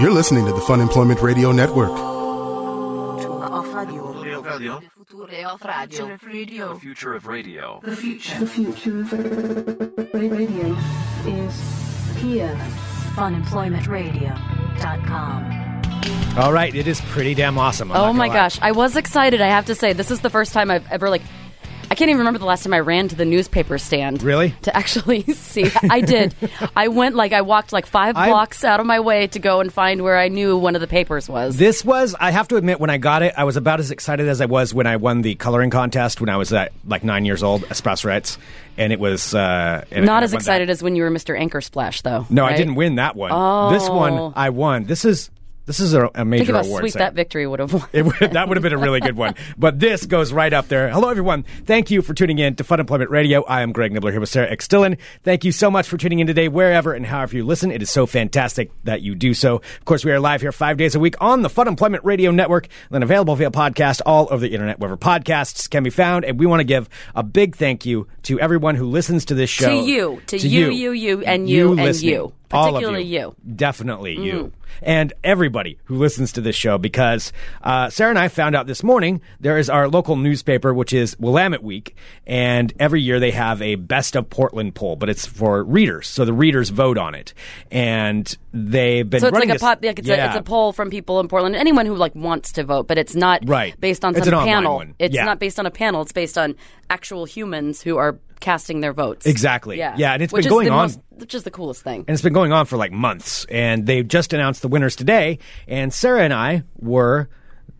You're listening to the Fun Employment Radio Network. Future of Radio. Radio. Future of Radio. The future of radio. The future of radio is here. Funemploymentradio.com. All right, it is pretty damn awesome. I'm Oh not my gonna lie. gosh, I was excited. I have to say, this is the first time I've ever like. I can't even remember the last time I ran to the newspaper stand. Really? To actually see, I did. I went like I walked like five I- blocks out of my way to go and find where I knew one of the papers was. This was, I have to admit, when I got it, I was about as excited as I was when I won the coloring contest when I was at, like nine years old, Espressorettes. And it was. Uh, and I Not as won that. excited as when you were Mr. Anchor Splash, though. No, I right? didn't win that one. This Oh. one, I won. This is this is a, a Think major of how award. sweet segment. that victory would have won. It would, that would have been a really good one. But this goes right up there. Hello, everyone. Thank you for tuning in to Fun Employment Radio. I am Greg Nibbler here with Sarah X. Dillon. Thank you so much for tuning in today, wherever and however you listen. It is so fantastic that you do so. Of course, we are live here five days a week on the Fun Employment Radio Network, and then available via podcast all over the internet, wherever podcasts can be found. And we want to give a big thank you to everyone who listens to this show. To you. To you, you, you, and you, and listening. you. All of Particularly you. Definitely Mm. you. And everybody who listens to this show because uh, Sarah and I found out this morning there is our local newspaper, which is Willamette Week. And every year they have a best of Portland poll, but it's for readers. So the readers vote on it. And they've been So it's running like a this- pop, like it's, a, it's Yeah. a poll from people in Portland, anyone who like wants to vote, but it's not Right. based on It's some an online panel. one. It's Yeah. not based on a panel. It's based on actual humans who are casting their votes. Exactly. Yeah. Yeah, and it's which been is going the on- most- which is the coolest thing. And it's been going on for like months. And they just announced the winners today. And Sarah and I were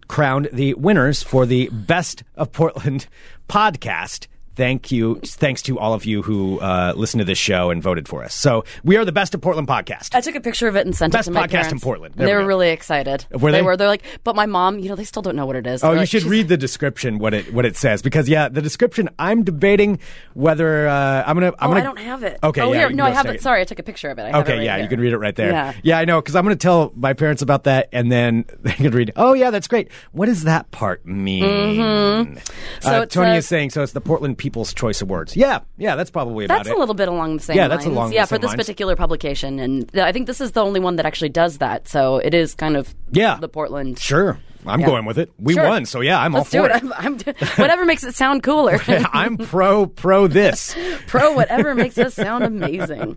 crowned the winners for the Best of Portland podcast. Thank you. Thanks to all of you who uh, listened to this show and voted for us. So we are the Best of Portland podcast. I took a picture of it and sent Best it to my podcast parents. in Portland. And There they we were go. really excited. Were they? were. They're like, but my mom, you know, they still don't know what it is. Oh, They're you like, should "She's- read the description what it what it says because yeah, the description. I'm debating whether uh, I'm gonna. I'm Oh, gonna, I don't have it. Okay, Oh, yeah, here- you can no, go I have snag it. Sorry, I took a picture of it. I have Okay, it right yeah, here. you can read it right there. Yeah. I know, because I'm going to tell my parents about that, and then they can read. Oh, yeah, that's great. What does that part mean? Mm-hmm. So uh, it Tony is says- saying, so it's the Portland People's Choice Awards. Yeah, yeah, that's probably about That's it. a little bit along the same. Yeah, that's lines. along the Yeah, same for this lines. particular publication, and th- I think this is the only one that actually does that. So it is kind of Yeah. the Portland. Sure, I'm Yeah. going with it. We Sure. won, so yeah, I'm Let's all do for it. I'm, I'm d- whatever makes it sound cooler. I'm pro pro this. Pro whatever makes us sound amazing.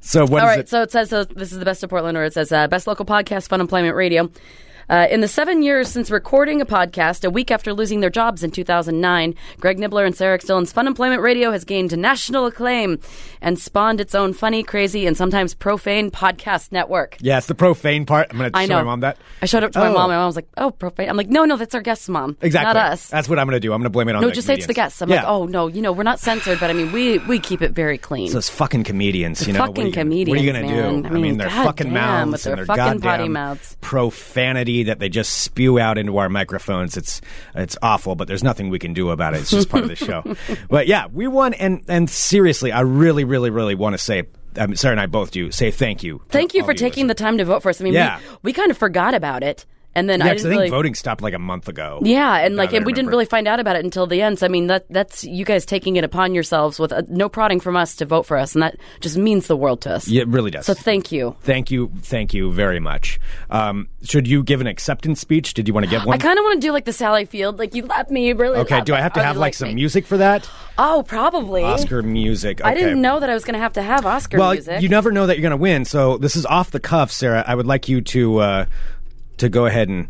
So what is All right, it? so it says so this is the best of Portland, or it says uh, best local podcast, Fun Employment Radio. Uh, in the seven years since recording a podcast, a week after losing their jobs in 2009, Greg Nibbler and Sarah X. Dillon's Fun Employment Radio has gained national acclaim and spawned its own funny, crazy, and sometimes profane podcast network. yeah, it's the profane part. I'm going to I show know. my mom that. I showed up to my Oh. mom, and my mom was like, "Oh, profane." I'm like, "No, no, that's our guest's mom, Exactly. not us." That's what I'm going to do. I'm going to blame it on no, the just say it's the comedians. guests. I'm like, Yeah. "Oh no, you know, we're not censored, but I mean, we we keep it very clean." Those fucking comedians, you know. fucking what are you, What are you comedians, gonna man. do? I mean, their God fucking damn, mouths with and their their fucking potty goddamn mouths. profanity that they just spew out into our microphones. It's it's awful, but there's nothing we can do about it. It's just part of the show. But yeah, we won, and and seriously, I really, really, really want to say. I mean, Sarah and I both do say thank you. to Thank you all for of taking the time to vote for us. I mean, Yeah. we, we kind of forgot about it, and then Yeah, I 'cause didn't I think really. voting stopped like a month ago. yeah, and Now like, that I and we didn't remember. really find out about it until the end. So I mean, that that's you guys taking it upon yourselves with uh, no prodding from us to vote for us, and that just means the world to us. Yeah, it really does. So thank you. thank you, thank you very much. Um, should you give an acceptance speech? Did you want to give one? I kind of want to do like the Sally Field, like you love me, you really. okay. love Do I me, have to oh, you have like some me. music for that? Oh, probably. Oscar music. I didn't okay. know that I was going to have to have Oscar Well, music. you never know that you're going to win. So this is off the cuff, Sarah. I would like you to uh, to go ahead and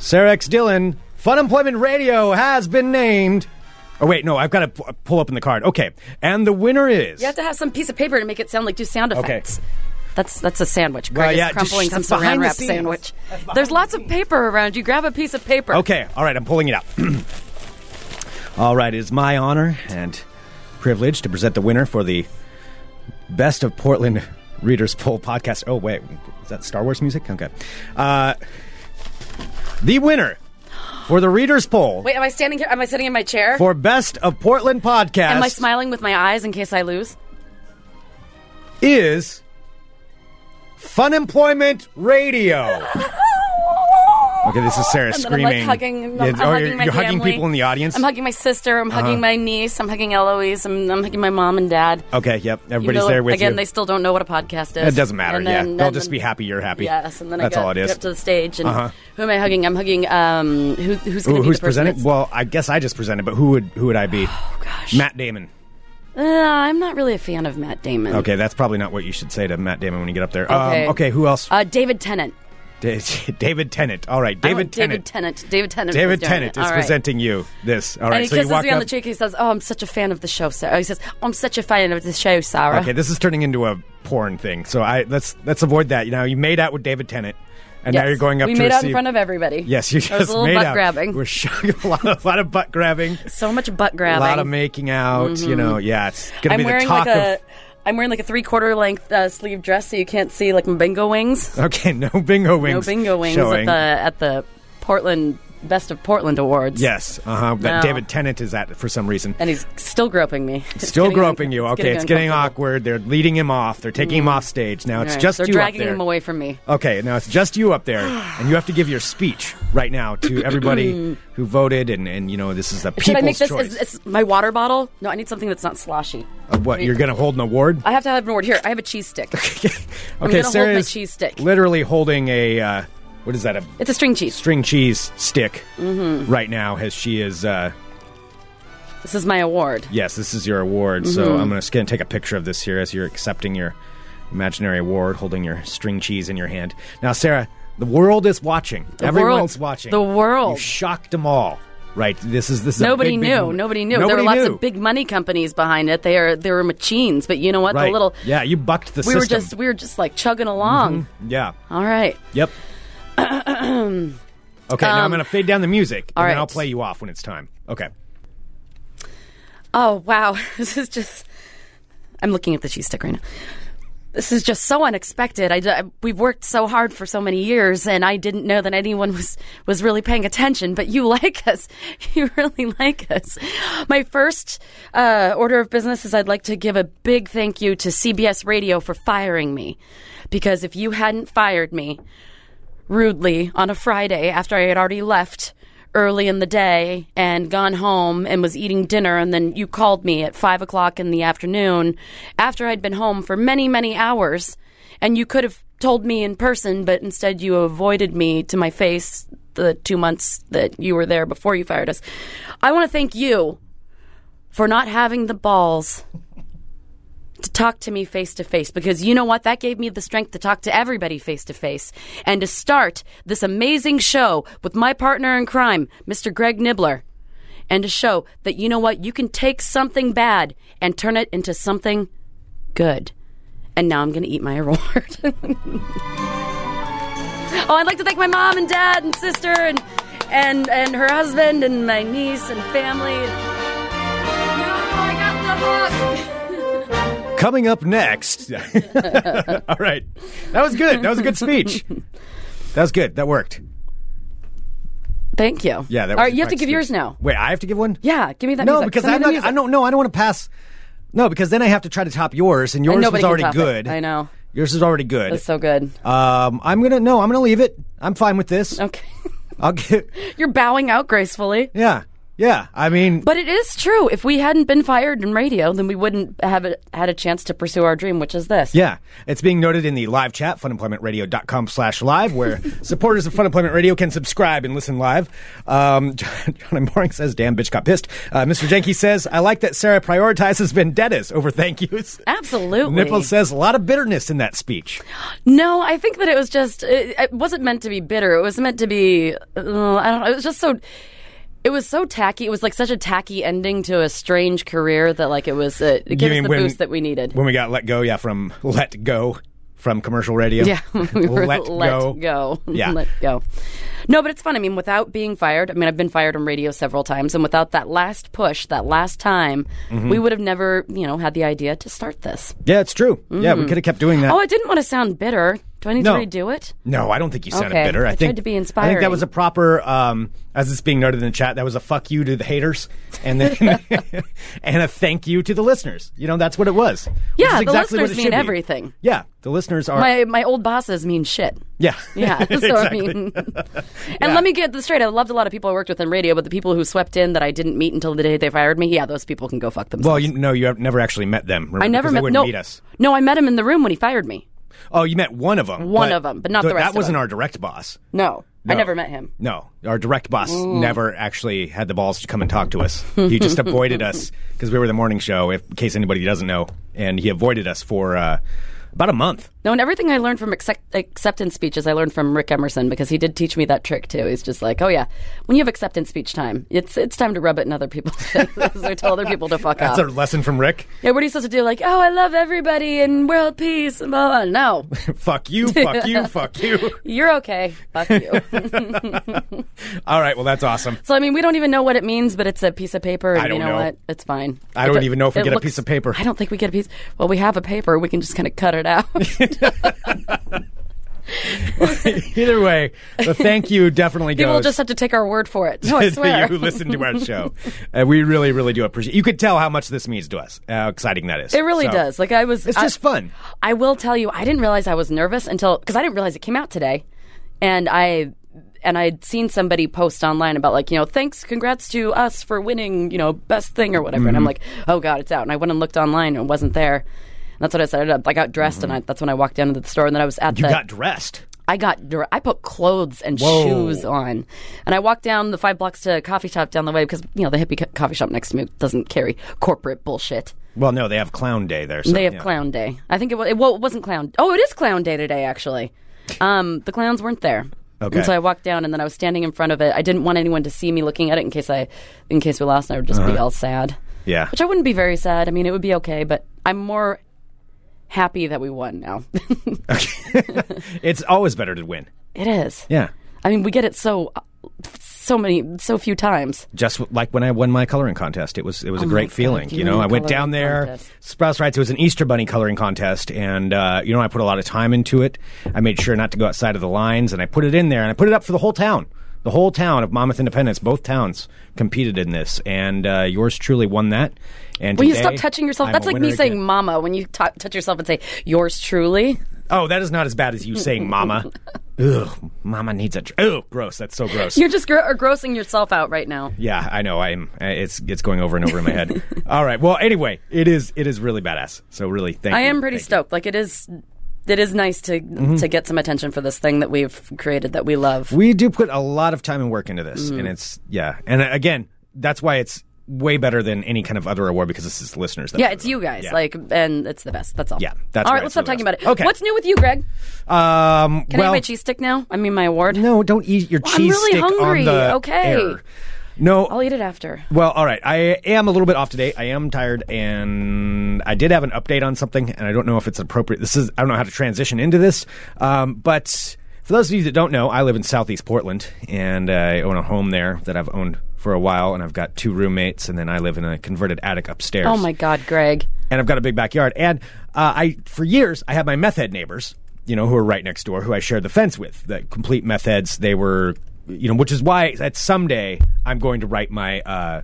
Sarah X Dillon, Fun Employment Radio has been named. Oh wait, no, I've got to p- pull open the card. Okay, and the winner is. You have to have some piece of paper to make it sound like do sound effects. That's that's a sandwich. Greg Well, yeah, is just- crumpling some that's behind the saran wrap scenes. sandwich. That's behind There's the lots of paper around you. Grab a piece of paper. Okay, all right, I'm pulling it out. all right, it is my honor and privilege to present the winner for the Best of Portland Readers Poll podcast. Oh, wait, is that Star Wars music? Okay. Uh, the winner for the Readers Poll Wait, am I standing here? Am I sitting in my chair? for Best of Portland podcast am I smiling with my eyes in case I lose? is Fun Employment Radio. Okay, this is Sarah And then I'm screaming. like hugging, I'm, I'm Yeah, oh, hugging you're, my you're hugging family. people in the audience. I'm hugging my sister. Uh-huh. I'm hugging my niece. I'm hugging Eloise. I'm, I'm hugging my mom and dad. okay, yep. You Everybody's know, there with again, you. they still don't know what a podcast is. it doesn't matter. And yeah, then- they'll and just then- be happy you're happy. Yes, and then that's I got, all it get is. up to the stage, and Uh-huh. who am I hugging? I'm hugging um, who, who's going Ooh, to be who's the person presenting? that's- Well, I guess I just presented, but who would who would I be? Oh gosh. Matt Damon. Uh, I'm not really a fan of Matt Damon. Okay, that's probably not what you should say to Matt Damon when you get up there. Okay. Um, okay, who else? Uh, David Tennant. Da- David Tennant. All right, I want David Tennant. Oh, David Tennant. David Tennant. David was doing Tennant it. is All right. presenting you this. All right, And he so you kisses walk me on up. the cheek. He says, "Oh, I'm such a fan of the show, Sarah." He says, "I'm such a fan of the show, Sarah." Okay, this is turning into a porn thing. So I let's let's avoid that. You know, you made out with David Tennant, and now Yes. you're going up We to made out in receive- front of everybody. Yes, you There was just a little made butt out. grabbing. We're showing a lot of, lot of butt grabbing, so much butt a grabbing. Mm-hmm. lot of making out. You know, yeah, it's gonna I'm be the wearing talk like a. of. am wearing like a three quarter length uh, sleeve dress, so you can't see like my bingo wings. Okay, no bingo No wings. bingo wings showing. at the at the Portland Best of Portland Awards. Yes, uh huh. That No. David Tennant is at for some reason. and he's still groping me. It's Still getting groping unco- you. Okay, it's getting uncomfortable. awkward. They're leading him off. They're taking him off stage. Now it's All right, just they're you dragging up there. him away from me. Okay, now it's just you up there, and you have to give your speech right now to everybody who voted, and, and you know this is the people's Should I make this? choice. Is, is my water bottle? No, I need something that's not sloshy. Uh, what you're going to hold an award? I have to have an award here. I have a cheese stick. I'm okay, gonna hold Sarah my is cheese stick. Literally holding a uh, what is that? A It's Mm-hmm. a string cheese. string cheese stick right now as she is. Uh, This is my award. yes, this is your award. So Mm-hmm. I'm gonna- just going to take a picture of this here as you're accepting your imaginary award, holding your string cheese in your hand. Now, Sarah, the world is watching. Everyone's world. watching. The world. You shocked them all. Right. This is this. Is a Nobody big, knew. big moment. Nobody knew. Nobody there were lots knew. of big money companies behind it. They are there were machines, but you know what? Right. The little Yeah, you bucked the we system. Mm-hmm. were just we were just like chugging along. Yeah. All right. Yep. okay, now I'm Um, going to fade down the music, and all then I'll right. play you off when it's time. Okay. Oh wow, this is just. I'm looking at the cheese stick right now. This is just so unexpected. I, I- we've worked so hard for so many years, and I didn't know that anyone was was really paying attention. But you like us, you really like us. My first uh, order of business is I'd like to give a big thank you to CBS Radio for firing me, because if you hadn't fired me rudely on a Friday after I had already left early in the day and gone home and was eating dinner. And then you called me at five o'clock in the afternoon after I'd been home for many, many hours. And you could have told me in person, but instead you avoided me to my face the two months that you were there before you fired us. I want to thank you for not having the balls to talk to me face to face because you know what? That gave me the strength to talk to everybody face to face and to start this amazing show with my partner in crime, Mr. Greg Nibbler, and to show that you know what? You can take something bad and turn it into something good. And now I'm going to eat my award. oh, I'd like to thank my mom and dad and sister and and and her husband and my niece and family. No, I got the hook. Coming up next. All right. That was good. That was a good speech. That was good. That worked. Thank you. Yeah, that was All right, a you have to great give yours speech. now. Wait, I have to give one? Yeah, give me that. No, music. because Send me I the don't, music. I don't know. I don't want to pass. No, because then I have to try to top yours, and yours And was nobody can already top it. good. I know. Yours is already good. That's so good. um, I'm gonna no. I'm gonna leave it. I'm fine with this. Okay, I'll get. you're bowing out gracefully. Yeah, yeah. I mean, But it is true. If we hadn't been fired in radio, then we wouldn't have a, had a chance to pursue our dream, which is this. Yeah, it's being noted in the live chat, funemploymentradio.com slash live, where supporters of Fun Employment Radio can subscribe and listen live. Um, John, John M. Boring says, damn, bitch got pissed. Uh, Mr. Jenke says, I like that Sarah prioritizes vendettas over thank yous. Absolutely. Nipple says, a lot of bitterness in that speech. No, I think that it was just. It, it wasn't meant to be bitter. It was meant to be. Uh, I don't. know. It was just so. It was so tacky. It was like such a tacky ending to a strange career that like it was. It, it gave us the boost that we needed. When we got let go, yeah, from let go from commercial radio. Yeah, we were let, go. Yeah. let go. No, but it's fun. I mean, without being fired, I mean, I've been fired on radio several times, and without that last push, that last time, Mm-hmm. we would have never, you know, had the idea to start this. Mm-hmm. Yeah, it's true. Yeah, we could have kept doing that. Oh, I didn't want to sound bitter. Do I need No. to redo it? No, I don't think you sounded Okay. bitter. I, I tried think to be I think that was inspiring. a proper, um, as it's being noted in the chat, that was a fuck you to the haters, and then and a thank you to the listeners. You know, that's what it was. Which Yeah, is the exactly what listeners it mean should be. everything. Yeah, the listeners are. My my old bosses mean shit. yeah, Yeah, so exactly. I mean, and let me get this straight. I loved a lot of people I worked with in radio, but the people who swept in that I didn't meet until the day they fired me, yeah, those people can go fuck themselves. Well, you no, you have never actually met them. Remember, I never because met they wouldn't no, meet us. no, I met him in the room when he fired me. Oh, you met one of them. One of 'em, but not the rest That of wasn't 'em. our direct boss. No, I No. never met him. No, our direct boss never actually had the balls to come and talk to us. He just avoided us because we were the morning show, if, in case anybody doesn't know. And he avoided us for uh, about a month. No, and everything I learned from accept- acceptance speeches, I learned from Rick Emerson because he did teach me that trick too. He's just like, oh yeah, when you have acceptance speech time, it's it's time to rub it in other people's faces or tell other people to fuck That's off. a lesson from Rick. yeah, what are you supposed to do? Like, oh, I love everybody and world peace. and Blah, blah. No, fuck you, fuck you, fuck you. you're okay. Fuck you. All right, well, that's awesome. So I mean, we don't even know what it means, but it's a piece of paper. And I don't you know, know. what? It's fine. I It don't do- even know if we it get a piece of paper. I don't think we get a piece. Well, we have a paper. We can just kind of cut it out. Either way, the thank you definitely goes. People will just have to take our word for it. No, I to swear. you who listen to our show. Uh, we really, really do appreciate You could tell how much this means to us, how exciting that is. It really So, does. Like I was. It's I- just fun. I will tell you, I didn't realize I was nervous until because I didn't realize it came out today, and I and I'd seen somebody post online about like you know thanks, congrats to us for winning you know best thing or whatever, Mm-hmm. and I'm like oh god it's out, and I went and looked online and it wasn't there. And that's what I set it up. I got dressed and I, that's when I walked down to the store and then I was at Mm-hmm. You the got dressed. I got dir- I put clothes and Whoa. shoes on, and I walked down the five blocks to a coffee shop down the way because you know the hippie co- coffee shop next to me doesn't carry corporate bullshit. Well, no, they have clown day there. So, They have yeah. Clown Day. I think it was. It, well, it wasn't Clown. Oh, it is Clown Day today, actually. Um, the clowns weren't there. Okay. And so I walked down, and then I was standing in front of it. I didn't want anyone to see me looking at it in case I, in case we lost, and I would just Uh-huh. be all sad. Yeah. Which I wouldn't be very sad. I mean, it would be okay, but I'm more happy that we won now. It's always better to win. it is. Yeah. I mean, we get it so, so many, so few times. Just w- like when I won my coloring contest, it was it was a great Oh God, feeling. you You know, won a I went coloring down there. contest. Sprouse Rights. It was an Easter Bunny coloring contest, and uh, you know, I put a lot of time into it. I made sure not to go outside of the lines, and I put it in there, and I put it up for the whole town. The whole town of Monmouth Independence, both towns competed in this, and uh, yours truly won that. And When you today, stop touching yourself, I'm that's a like me winner saying again. "mama" when you t- touch yourself and say "yours truly." "Oh, that is not as bad as you saying mama." Ugh, mama needs a. Tr- Ugh, gross. That's so gross. You're just gro- grossing yourself out right now. Yeah, I know. I'm. uh, It's it's going over and over in my head. All right. Well, anyway, it is it is really badass. So really, thank I you. am pretty Thank you. Mm-hmm. stoked. Like it is, it is nice to to get some attention for this thing that we've created that we love. We do put a lot of time and work into this, Mm. and it's yeah. And uh, again, that's why it's way better than any kind of other award because this is listeners. That yeah, it's you guys. Yeah. Like, and it's the best. That's all. Yeah, that's all right. right, Let's it's the stop talking best. about it. Okay. What's new with you, Greg? Um. Can well, I have my cheese stick now? I mean, my award. no, don't eat your Well, I'm cheese really stick hungry. on the Okay. air. No, I'll eat it after. Well, all right. I am a little bit off today. I am tired, and I did have an update on something, and I don't know if it's appropriate. This is I don't know how to transition into this, um, but for those of you that don't know, I live in Southeast Portland, and I own a home there that I've owned for a while, and I've got two roommates, and then I live in a converted attic upstairs Oh my God, Greg. and I've got a big backyard. And uh, I, for years, I had my meth head neighbors, you know, who are right next door, who I shared the fence with. The complete meth heads. They were, you know, which is why that someday I'm going to write my. Uh,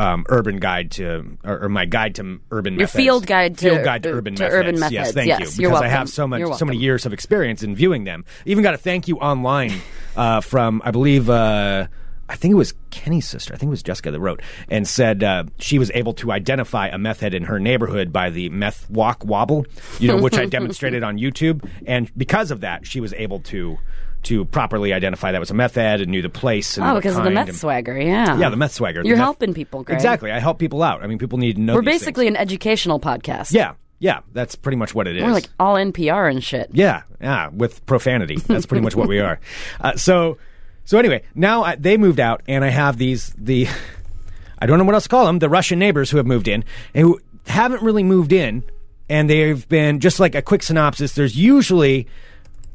um, urban guide to, or, or my guide to urban Your meth field heads. guide to- field guide to to urban meth urban heads. meth Yes, heads. thank Yes, you. you're because I welcome. have so much, You're so many welcome. years of experience in viewing them. Even got a thank you online uh, from, I believe, uh, I think it was Kenny's sister. I think it was Jessica that wrote and said uh, she was able to identify a meth head in her neighborhood by the meth walk wobble, you know, which I demonstrated on YouTube. And because of that, she was able to to properly identify that was a meth head and knew the place. And Oh, what because of the kind meth and- swagger. Yeah. Yeah, the meth swagger. the You're meth- helping people, Greg. Exactly. I help people out. I mean, people need to know. We're these things. basically an educational podcast. Yeah, yeah. That's pretty much what it is. We're like all NPR and shit. Yeah, yeah, with profanity. That's pretty much what we are. Uh, so, so anyway, now I, they moved out, and I have these the, I don't know what else to call them, the Russian neighbors who have moved in and who haven't really moved in, and they've been just like a quick synopsis. There's usually.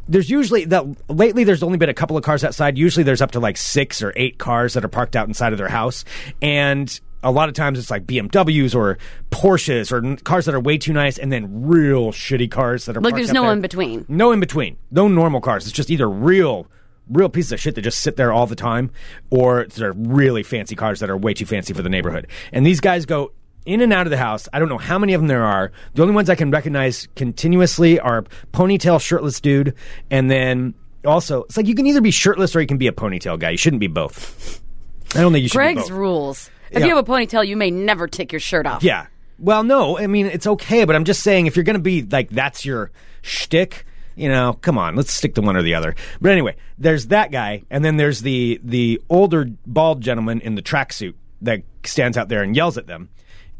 There's usually that lately. There's only been a couple of cars outside. Usually, there's up to like six or eight cars that are parked out inside of their house, and a lot of times it's like BMWs or Porsches or n- cars that are way too nice, and then real shitty cars that are Like parked there's up no there. in between. No in between. No normal cars. It's just either real, real pieces of shit that just sit there all the time, or they're really fancy cars that are way too fancy for the neighborhood. And these guys go in and out of the house. I don't know how many of them there are. The only ones I can recognize continuously are ponytail shirtless dude, and then also it's like you can either be shirtless or you can be a ponytail guy. You shouldn't be both. I don't think you should. be Greg's both. rules. If Yeah. you have a ponytail, you may never take your shirt off. Yeah. Well, no, I mean it's okay, but I'm just saying if you're going to be like that's your shtick, you know, come on, let's stick to one or the other. But anyway, there's that guy, and then there's the the older bald gentleman in the tracksuit that stands out there and yells at them.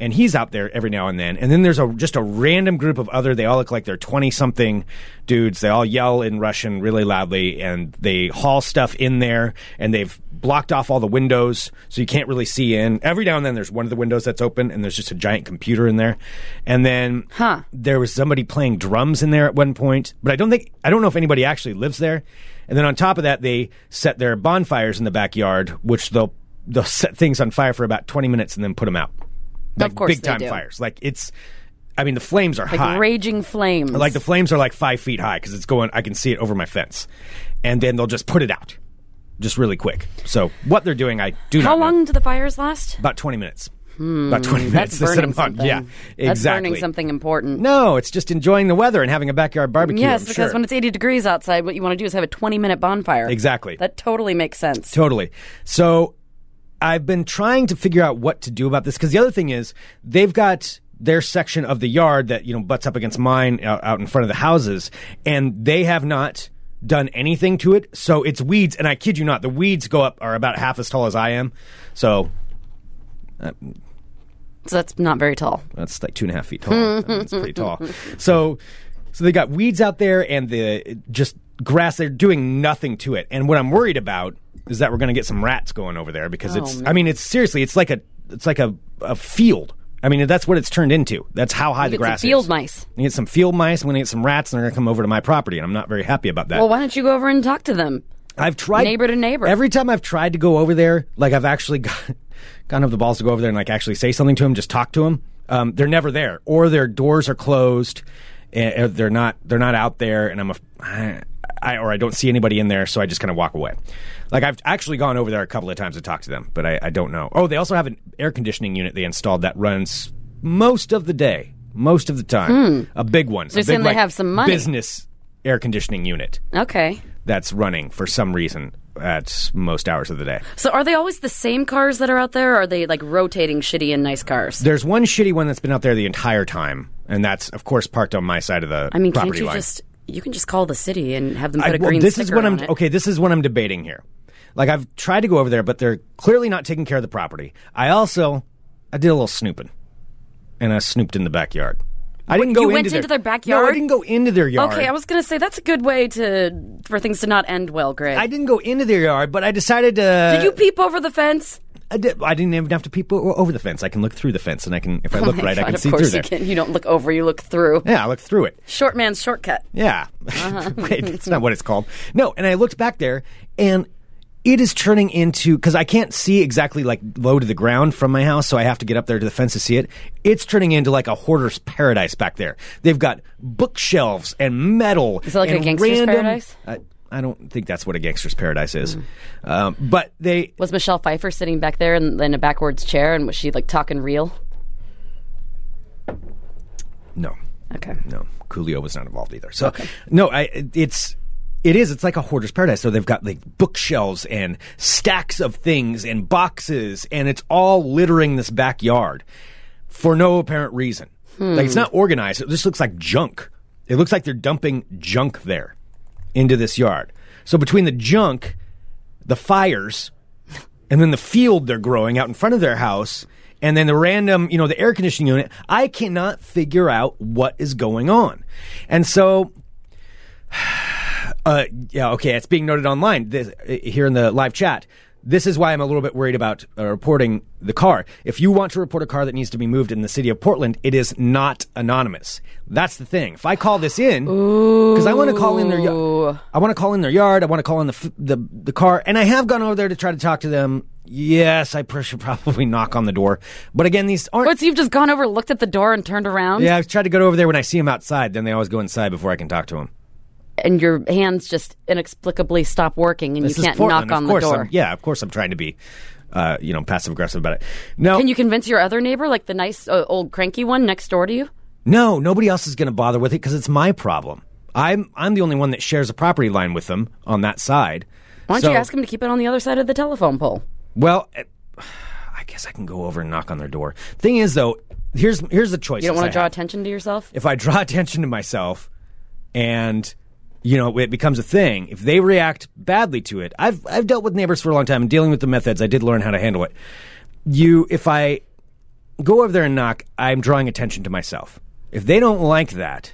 And he's out there every now and then. And then there's a just a random group of other. They all look like they're twenty something dudes. They all yell in Russian really loudly, and they haul stuff in there. And they've blocked off all the windows so you can't really see in. Every now and then there's one of the windows that's open and there's just a giant computer in there. And then Huh. there was somebody playing drums in there at one point, but I don't think I don't know if anybody actually lives there. And then on top of that they set their bonfires in the backyard, which they'll they'll set things on fire for about 20 minutes and then put them out. Like course big they time do. fires. Like it's I mean the flames are Like high. raging flames. Like the flames are like five feet high because it's going. I can see it over my fence, and then they'll just put it out, just really quick. So what they're doing, I do How not know. long do the fires last? About twenty minutes. About twenty minutes. That's to set burning them on. something. Yeah, That's exactly. burning something important. No, it's just enjoying the weather and having a backyard barbecue. Yes, I'm because sure. when it's 80 degrees outside, what you want to do is have a 20 minute bonfire. Exactly. That totally makes sense. Totally. So I've been trying to figure out what to do about this because the other thing is they've got their section of the yard that you know butts up against mine out, out in front of the houses, and they have not done anything to it. So it's weeds, and I kid you not, the weeds go up are about half as tall as I am. So so that's not very tall. that's like two and a half feet tall. I mean, it's pretty tall. So, so they got weeds out there and the just grass. They're doing nothing to it. And what I'm worried about is that we're going to get some rats going over there Oh, because it's. I mean, it's seriously. It's like a. It's like a, a field. I mean, that's what it's turned into. That's how high the Get some grass field is. mice. I'm gonna get some field mice. I'm going to get some rats, and they're going to come over to my property, and I'm not very happy about that. Well, why don't you go over and talk to them? I've tried Neighbor to neighbor. Every time I've tried to go over there, like I've actually got, gotten up the balls to go over there and like actually say something to him, just talk to him. Um, they're never there, or their doors are closed, and and they're not they're not out there, and I'm a, I, I or I don't see anybody in there, so I just kind of walk away. Like I've actually gone over there a couple of times to talk to them, but I, I don't know. Oh, they also have an air conditioning unit they installed that runs most of the day, most of the time, a big one. So Hmm. saying they have some money. business air conditioning unit Okay. that's running for some reason at most hours of the day. So are they always the same cars that are out there, or are they like rotating shitty and nice cars? There's one shitty one that's been out there the entire time, and that's of course parked on my side of the I mean, property can't you line. just you can just call the city and have them I- put a well, green this sticker is what on I'm it? okay. This is what I'm debating here. Like I've tried to go over there, but they're clearly not taking care of the property. I also I did a little snooping, and I snooped in the backyard. I didn't go you into, went their, into their No, I backyard? didn't go into their yard. Okay, I was gonna say that's a good way to for things to not end well, Greg. I uh, didn't go into their yard, but I decided to. Did you peep over the fence? I, did, I didn't even have to peep o- over the fence. I can look through the fence, and I can if I look Oh My right, I God, can of see course through you there. can. You don't look over, you look through. Yeah, I looked through it. Short man's shortcut. Yeah. Uh-huh. Wait, that's not what it's called. No, and I looked back there and it is turning into because I can't see exactly like low to the ground from my house, so I have to get up there to the fence to see it. It's turning into like a hoarder's paradise back there. They've got bookshelves and metal. Is it like a gangster's paradise? I, I don't think that's what a gangster's paradise is. Um, but they Was Michelle Pfeiffer sitting back there in, in a backwards chair, and was she like talking real? no. Okay. no, Coolio was not involved either. So no, I it's it is it's like a hoarder's paradise. So they've got like bookshelves and stacks of things and boxes, and it's all littering this backyard for no apparent reason. Like it's not organized. It just looks like junk. It looks like they're dumping junk there into this yard. So between the junk, the fires, and then the field they're growing out in front of their house, and then the random, you know, the air conditioning unit, I cannot figure out what is going on. And so, uh, yeah, okay, it's being noted online this, uh, here in the live chat. This is why I'm a little bit worried about uh, reporting the car. If you want to report a car that needs to be moved in the city of Portland, it is not anonymous. That's the thing. If I call this in, because I want to call in their, ya- I want to call in their yard. I want to call in the, f- the the car, and I have gone over there to try to talk to them. Yes, I pr- should probably knock on the door, but again, these aren't. What's you've just gone over, looked at the door, and turned around, yeah, I've tried to go over there when I see them outside. Then they always go inside before I can talk to them. and your hands just inexplicably stop working, and This you is can't Portland. knock Of on the course I'm- door. yeah, of course I'm trying to be, uh, you know, passive aggressive about it. No, Can you convince your other neighbor, like the nice uh, old cranky one next door to you? no, nobody else is going to bother with it because it's my problem. I'm I'm the only one that shares a property line with them on that side. Why don't So- you ask him to keep it on the other side of the telephone pole? Well, eh, I guess I can go over and knock on their door. Thing is, though, here's here's the choice. You don't want to draw attention to yourself. if I draw attention to myself and you know it becomes a thing if they react badly to it I've I've dealt with neighbors for a long time and dealing with the methods I did learn how to handle it you if I go over there and knock I'm drawing attention to myself if they don't like that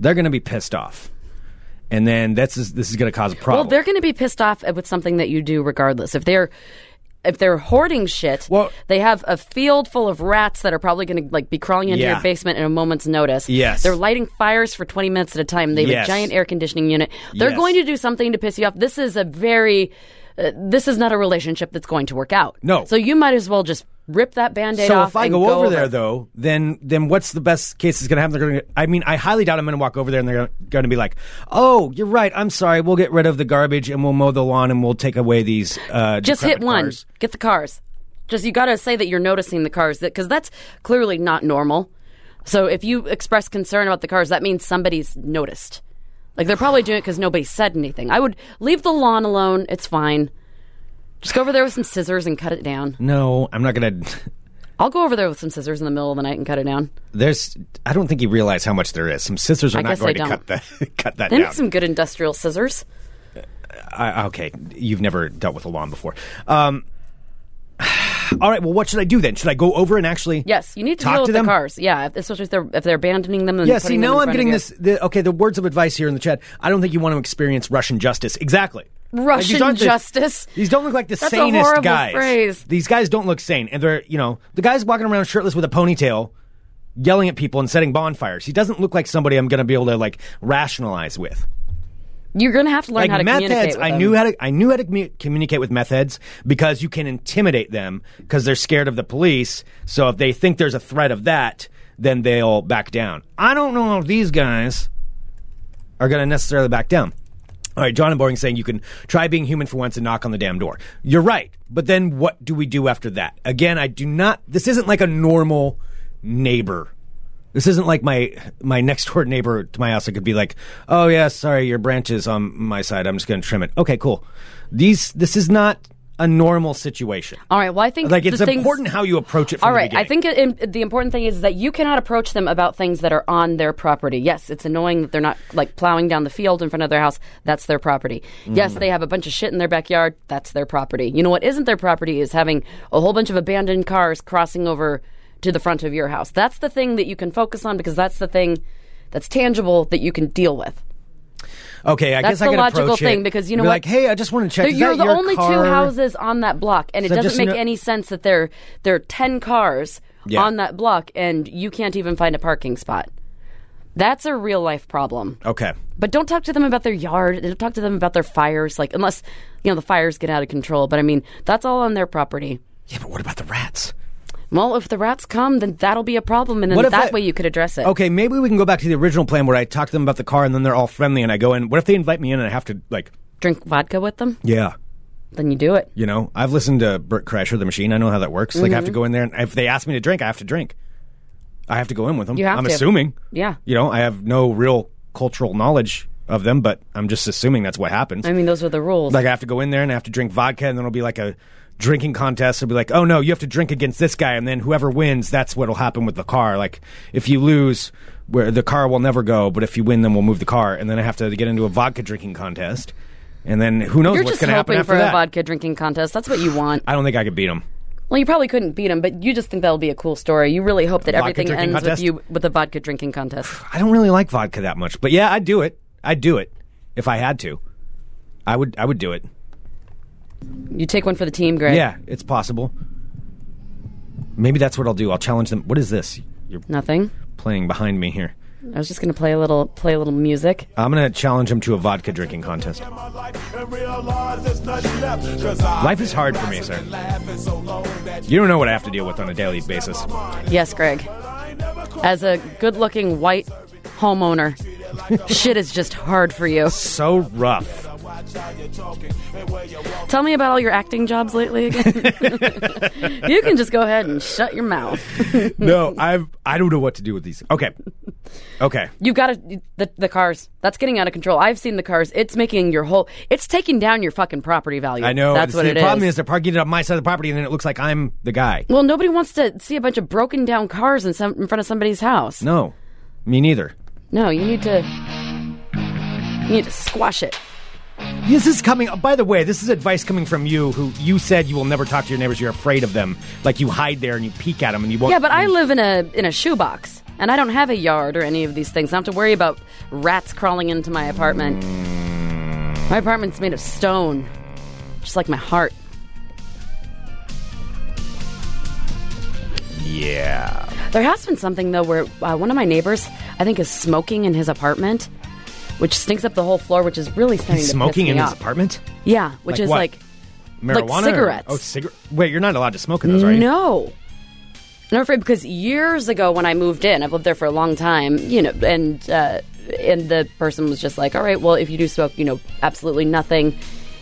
they're going to be pissed off and then that's this is going to cause a Well, problem they're going to be pissed off at- with something that you do, regardless. If they're if they're hoarding shit, Well- they have a field full of rats that are probably going to like be crawling into Yeah. your basement in a moment's notice. Yes. they're lighting fires for twenty minutes at a time. They have Yes. a giant air conditioning unit. They're Yes. going to do something to piss you off. This is a very uh, this is not a relationship that's going to work out. No. so you might as well just rip that band-aid so off. if I and go, over, there though, then then what's the best case that's going to happen? They're going to. I mean, I highly doubt I'm going to walk over there and they're going to be like, "Oh, you're right. I'm sorry. We'll get rid of the garbage and we'll mow the lawn and we'll take away these." Uh, just hit decrepit one. cars." Get the cars. Just you got to say that you're noticing the cars that because that's clearly not normal. So if you express concern about the cars, that means somebody's noticed. Like they're probably doing it because nobody said anything. I would leave the lawn alone. It's fine. Just go over there with some scissors and cut it down. No, I'm not going to. I'll go over there with some scissors in the middle of the night and cut it down. There's. I don't think you realize how much there is. Some scissors are I not guess going I to cut don't. that cut that They down. make some good industrial scissors. I, okay, you've never dealt with a lawn before. Um, all right. Well, what should I do then? Should I go over and actually? Yes, you need to Talk deal to with them? the cars. Yeah, if- especially if they're if they're abandoning them. And Yeah, putting see, them in now I'm front of getting you. this. The, okay, the words of advice here in the chat. I don't think you want to experience Russian justice. Exactly. Like, these Russian aren't the- justice. these don't look like the That's a sanest horrible guys. phrase. These guys don't look sane. And they're, you know, the guy's walking around shirtless with a ponytail, yelling at people and setting bonfires. He doesn't look like somebody I'm going to be able to, like, rationalize with. You're going to have to learn Like how to meth communicate. heads, with I them. knew how to I knew how to commu- communicate with meth heads because you can intimidate them because they're scared of the police. So if they think there's a threat of that, then they'll back down. I don't know if these guys are going to necessarily back down. All right, John and Boring saying you can try being human for once and knock on the damn door. You're right, but then what do we do after that? Again, I do not. This isn't like a normal neighbor. This isn't like my my next door neighbor to my house. I could be like, oh yeah, sorry, your branch is on my side. I'm just going to trim it. Okay, cool. These this is not a normal situation. All right. Well, I think Like the it's things- important how you approach it. From All the right. I beginning. think it, im- the important thing is that you cannot approach them about things that are on their property. Yes, it's annoying that they're not like plowing down the field in front of their house. That's their property. Mm. Yes, they have a bunch of shit in their backyard. That's their property. You know what isn't their property is having a whole bunch of abandoned cars crossing over to the front of your house. That's the thing that you can focus on because that's the thing that's tangible that you can deal with. Okay, I That's guess I the could logical approach it thing, because you know be what? Like, hey, I just want to check. They're- is you're that the your only two car?" houses on that block, and So it just doesn't make no- any sense that there there are ten cars Yeah. on that block, and you can't even find a parking spot. That's a real life problem. Okay. But don't talk to them about their yard. Don't talk to them about their fires, like unless you know the fires get out of control. But I mean, that's all on their property. Yeah, but what about the rats? Well, if the rats come, then that'll be a problem, and then What if that I- way you could address it. Okay, maybe we can go back to the original plan where I talk to them about the car and then they're all friendly and I go in. What if they invite me in and I have to like? Drink vodka with them, Yeah. then you do it. You know, I've listened to Burt Kreischer, The Machine. I know how that works. Like, I Mm-hmm. have to go in there, and if they ask me to drink, I have to drink. I have to go in with them. You have I'm to. assuming. Yeah. You know, I have no real cultural knowledge of them, but I'm just assuming that's what happens. I mean, those were the rules. like, I have to go in there and I have to drink vodka, and then it'll be like a drinking contest. It'll be like, oh no, you have to drink against this guy, and then whoever wins, that's what'll happen with the car. Like, if you lose, where the car will never go, but if you win, then we'll move the car, and then I have to get into a vodka drinking contest, and then who knows you're what's just going to happen hoping after for that. a vodka drinking contest. That's what you want. I don't think I could beat him. Well, you probably couldn't beat him, but you just think that'll be a cool story. You really hope that Vodka everything drinking ends contest? with you with a vodka drinking contest. I don't really like vodka that much, but yeah, I'd do it. I'd do it if I had to. I would. I would do it. You take one for the team, Greg. Yeah, it's possible. Maybe that's what I'll do. I'll challenge them. What is this? You're Nothing. playing behind me here. I was just gonna play a little play a little music. I'm gonna challenge him to a vodka drinking contest. Life is hard for me, sir. You don't know what I have to deal with on a daily basis. Yes, Greg. As a good-looking white homeowner, shit is just hard for you. So rough. Tell me about all your acting jobs lately again. you can just go ahead and shut your mouth. No, I've I don't know what to do with these. Okay, okay. You've got to the, the cars. That's getting out of control. I've seen the cars. It's making your whole. It's taking down your fucking property value. I know. That's See, what the it problem is. They're parking it on my side of the property, and then it looks like I'm the guy. Well, nobody wants to see a bunch of broken down cars in some in front of somebody's house. No, me neither. No, you need to. You need to squash it. This is coming. By the way, this is advice coming from you, who you said you will never talk to your neighbors. You're afraid of them. Like you hide there and you peek at them, and you won't. Yeah, but I live in a in a shoebox, and I don't have a yard or any of these things. I don't have to worry about rats crawling into my apartment. My apartment's made of stone, just like my heart. Yeah. There has been something though where uh, one of my neighbors, I think, is smoking in his apartment, which stinks up the whole floor, which is really starting He's to smoking piss me in his off. apartment. Yeah, which Like is what? like Marijuana. or- cigarettes. oh, cigarette. Wait, you're not allowed to smoke in those, right? No. No, afraid because years ago when I moved in, I've lived there for a long time, you know, and uh, and the person was just like, "All right, well, if you do smoke, you know, absolutely nothing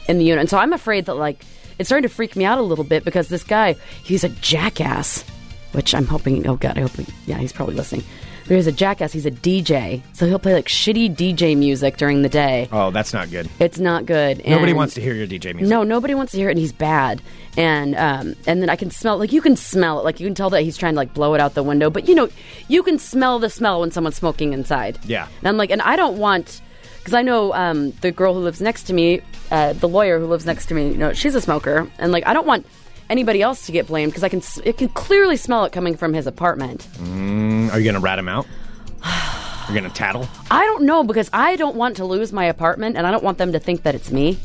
in the unit." And so I'm afraid that like it's starting to freak me out a little bit because this guy, he's a jackass, which I'm hoping. Oh God, I hope. He, yeah, he's probably listening. But he's a jackass. He's a DJ, so he'll play like shitty DJ music during the day. Oh, that's not good. It's not good. Nobody and- wants to hear your DJ music. no, nobody wants to hear it, and he's bad. And um, and then I can smell like you can smell it, like you can tell that he's trying to like blow it out the window. But you know, you can smell the smell when someone's smoking inside. Yeah. and I'm like, and I don't want because I know um, the girl who lives next to me, uh, the lawyer who lives next to me, you know, she's a smoker, and like I don't want anybody else to get blamed because I can s- it can clearly smell it coming from his apartment. Mm. Are you gonna rat him out? You're gonna tattle. I don't know because I don't want to lose my apartment, and I don't want them to think that it's me.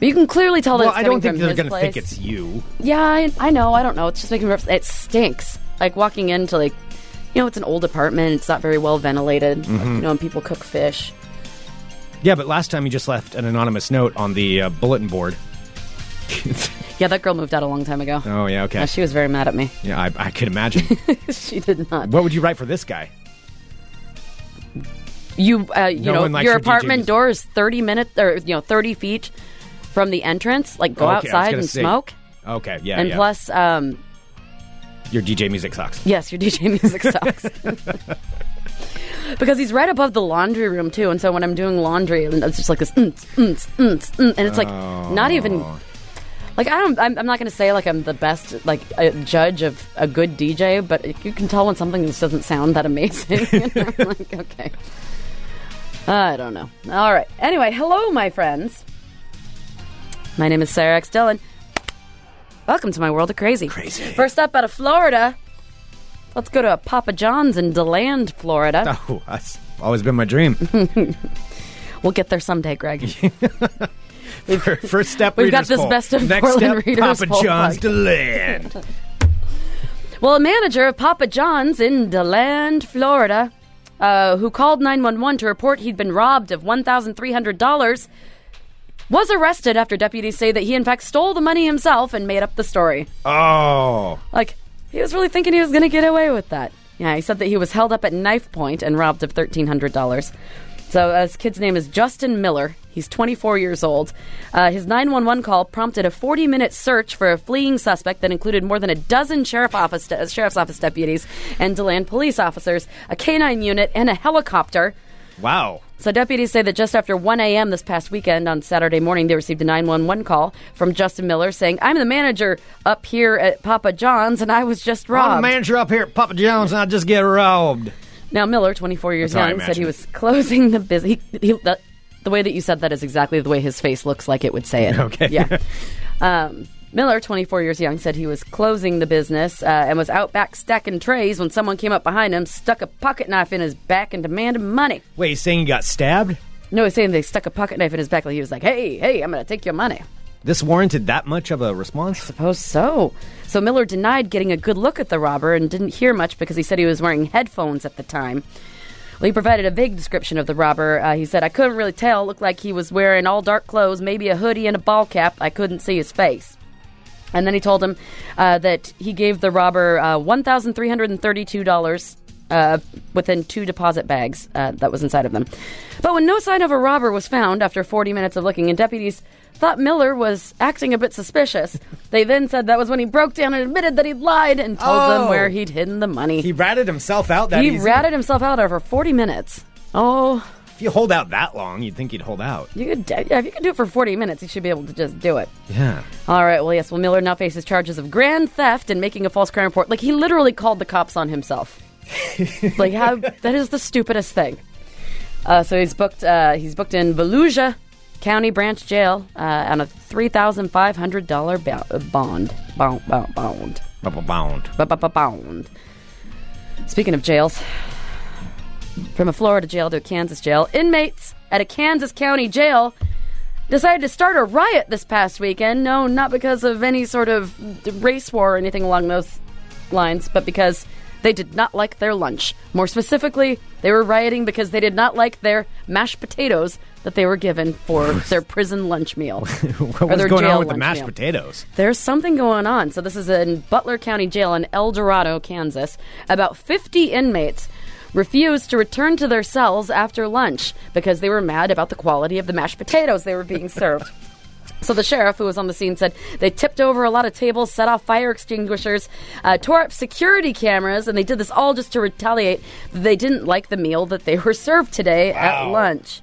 But you can clearly tell that Well, it's I don't coming think from they're his gonna think place. it's you. Yeah, I, I know. I don't know. It's just making me. upset. It stinks. Like walking into like, you know, it's an old apartment. It's not very well ventilated. Mm-hmm. You know, and people cook fish. Yeah, but last time you just left an anonymous note on the uh, bulletin board. Yeah, that girl moved out a long time ago. oh yeah, okay. Yeah, she was very mad at me. yeah, I, I could imagine. she did not. what would you write for this guy? You, uh, you No know, one likes your your DJ apartment music. door is thirty minutes or you know thirty feet from the entrance. Like, go Okay, I was outside gonna and say. smoke. Okay, yeah. and yeah. plus, um, your DJ music sucks. Yes, your DJ music sucks. because he's right above the laundry room too, and so when I'm doing laundry, and it's just like this, mm, mm, mm, mm, and it's like not even. Like I don't, I'm, I'm not going to say like I'm the best like a judge of a good DJ, but you can tell when something just doesn't sound that amazing. I'm like, okay, I don't know. All right. Anyway, hello, my friends. My name is Sarah X Dillon. Welcome to my world of crazy. Crazy. First up out of Florida, let's go to a Papa John's in Deland, Florida. Oh, that's always been my dream. We'll get there someday, Greg. First step, We've got readers this poll. best of Next Portland step, readers Papa poll John's podcast. to land. Well, a manager of Papa John's in DeLand, Florida, uh, who called 911 to report he'd been robbed of $1,300, was arrested after deputies say that he, in fact, stole the money himself and made up the story. Oh, Like, he was really thinking he was going to get away with that. Yeah, he said that he was held up at knife point and robbed of $1,300. So, uh, his kid's name is Justin Miller. He's 24 years old. Uh, his 911 call prompted a 40 minute search for a fleeing suspect that included more than a dozen sheriff office de- sheriff's office deputies and DeLand police officers, a canine unit, and a helicopter. wow. So deputies say that just after 1 a.m. this past weekend on Saturday morning, they received a 911 call from Justin Miller saying, "I'm the manager up here at Papa John's, and I was just I'm the robbed." manager up here at Papa John's, and I just get robbed. now Miller, 24 years That's how I young, said he imagine. was closing the business. He, he, that, the way that you said that is exactly the way his face looks like it would say it. Okay. Yeah. um, Miller, 24 years young, said he was closing the business uh, and was out back stacking trays when someone came up behind him, stuck a pocket knife in his back, and demanded money. Wait, he's saying he got stabbed? No, he's saying they stuck a pocket knife in his back. Like he was like, "Hey, hey, I'm going to take your money." This warranted that much of a response? Suppose so. So Miller denied getting a good look at the robber and didn't hear much because he said he was wearing headphones at the time. Well, he provided a vague description of the robber. Uh, he said, "I couldn't really tell. It looked like he was wearing all dark clothes, maybe a hoodie and a ball cap. I couldn't see his face." And then he told him uh, that he gave the robber uh, $1,332 uh, within two deposit bags uh, that was inside of them. But when no sign of a robber was found after 40 minutes of looking, and deputies thought Miller was acting a bit suspicious, they then said that was when he broke down and admitted that he'd lied and told Oh. them where he'd hidden the money. He ratted himself out that He easy. ratted himself out over 40 minutes. Oh, If you hold out that long, you'd think he'd hold out. you could, yeah, if you could do it for 40 minutes, you should be able to just do it. Yeah. All right. Well, yes. Well, Miller now faces charges of grand theft and making a false crime report. Like he literally called the cops on himself. like how that is the stupidest thing. Uh, so he's booked. Uh, he's booked in Volusia County Branch Jail uh, on a three thousand five hundred dollar bond. Bond. Bond. Bond. Bond. Bound. Ba-ba-ba-bound. Speaking of jails, from a Florida jail to a Kansas jail, inmates at a Kansas County jail decided to start a riot this past weekend. No, not because of any sort of race war or anything along those lines, but because they did not like their lunch. More specifically, they were rioting because they did not like their mashed potatoes that they were given for their prison lunch meal. What was their going jail on with the lunch mashed meal. potatoes? There's something going on. So this is in Butler County Jail in El Dorado, Kansas. About 50 inmates refused to return to their cells after lunch because they were mad about the quality of the mashed potatoes they were being served. So the sheriff, who was on the scene, said they tipped over a lot of tables, set off fire extinguishers, uh, tore up security cameras, and they did this all just to retaliate. that They didn't like the meal that they were served today at Wow. lunch.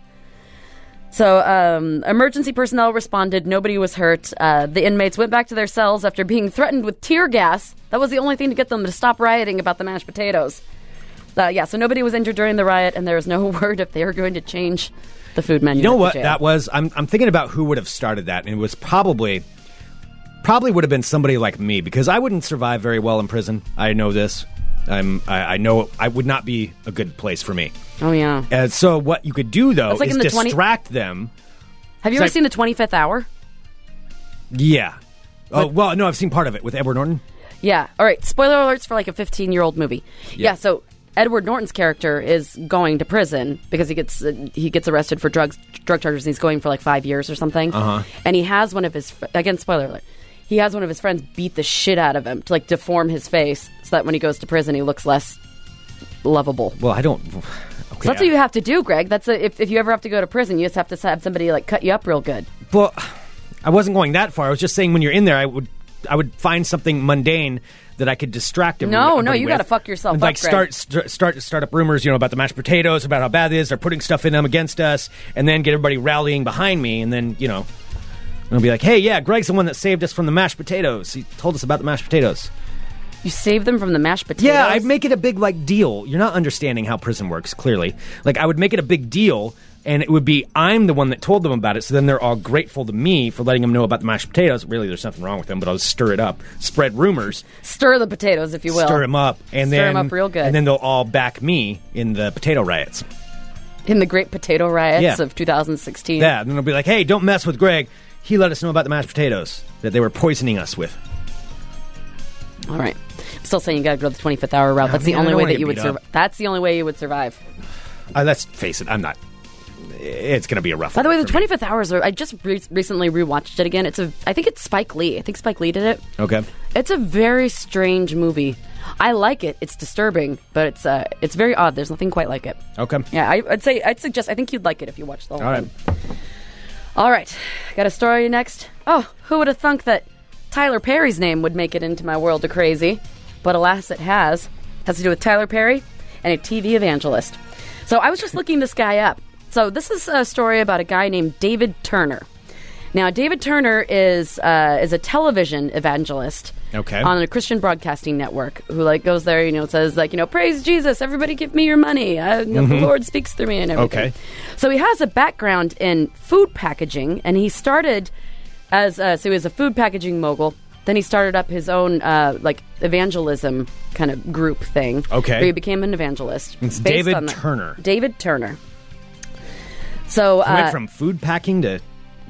So, um, emergency personnel responded. Nobody was hurt. Uh, the inmates went back to their cells after being threatened with tear gas. That was the only thing to get them to stop rioting about the mashed potatoes. Uh, yeah, so nobody was injured during the riot, and there was no word if they were going to change the food menu. You know at the what jail. that was? I'm, I'm thinking about who would have started that, and it was probably probably would have been somebody like me because I wouldn't survive very well in prison. I know this. I'm I, I know I would not be a good place for me. Oh yeah. And Uh, so what you could do though That's like is in the 20 distract them. Have you It's ever like- seen the Twenty Fifth Hour? Yeah. Oh well, no, I've seen part of it with Edward Norton. Yeah. All right. Spoiler alerts for like a 15 year old movie. Yeah. So Edward Norton's character is going to prison because he gets uh, he gets arrested for drugs drug charges. He's going for like five years or something. Uh-huh. And he has one of his fr- again spoiler alert. He has one of his friends beat the shit out of him to like deform his face so that when he goes to prison he looks less lovable. Well, I don't. Okay, So that's what you have to do, Greg. That's a, if if you ever have to go to prison, you just have to have somebody like cut you up real good. Well, I wasn't going that far. I was just saying when you're in there, I would I would find something mundane that I could distract everyone. No, no, everybody you with. gotta fuck yourself Like up, start Greg. st- start start up rumors, you know, about the mashed potatoes, about how bad it is. They're putting stuff in them against us, and then get everybody rallying behind me, and then you know, and I'll be like, hey, yeah, Greg's the one that saved us from the mashed potatoes. He told us about the mashed potatoes. You save them from the mashed potatoes. Yeah, I'd make it a big like deal. You're not understanding how prison works. Clearly, like I would make it a big deal, and it would be I'm the one that told them about it. So then they're all grateful to me for letting them know about the mashed potatoes. Really, there's nothing wrong with them, but I'll stir it up, spread rumors, stir the potatoes if you will. stir them up, and Stir then 'em up real good. and then they'll all back me in the potato riots. in the Great Potato Riots Yeah. of 2016. Yeah, and then they'll be like, hey, don't mess with Greg. He let us know about the mashed potatoes that they were poisoning us with. All right. I'm still saying you got to go the 25th hour route. That's man, the I only don't way wanna that you get would beat survive. up. That's the only way you would survive. Uh, let's face it, I'm not. It's going to be a rough. By the way, the for me. 25th hours are. I just re- recently rewatched it again. It's a. I think it's Spike Lee. I think Spike Lee did it. Okay. It's a very strange movie. I like it. It's disturbing, but it's uh, it's very odd. There's nothing quite like it. Okay. Yeah, I, I'd say I'd suggest. I think you'd like it if you watched the whole All right. thing. All right, got a story next. Oh, who would have thunk that Tyler Perry's name would make it into my world of crazy? But alas, it has. Has to do with Tyler Perry and a TV evangelist. So I was just looking this guy up. So this is a story about a guy named David Turner. Now, David Turner is uh, is a television evangelist. Okay. On a Christian broadcasting network, who like goes there, you know, says like, you know, praise Jesus, everybody, give me your money. I, The Lord speaks through me and everything. Mm-hmm. Okay. So he has a background in food packaging, and he started as uh, so he was a food packaging mogul. Then he started up his own uh, like evangelism kind of group thing. Okay. where he became an evangelist. It's based David on that. Turner. David Turner. So I went uh, from food packing to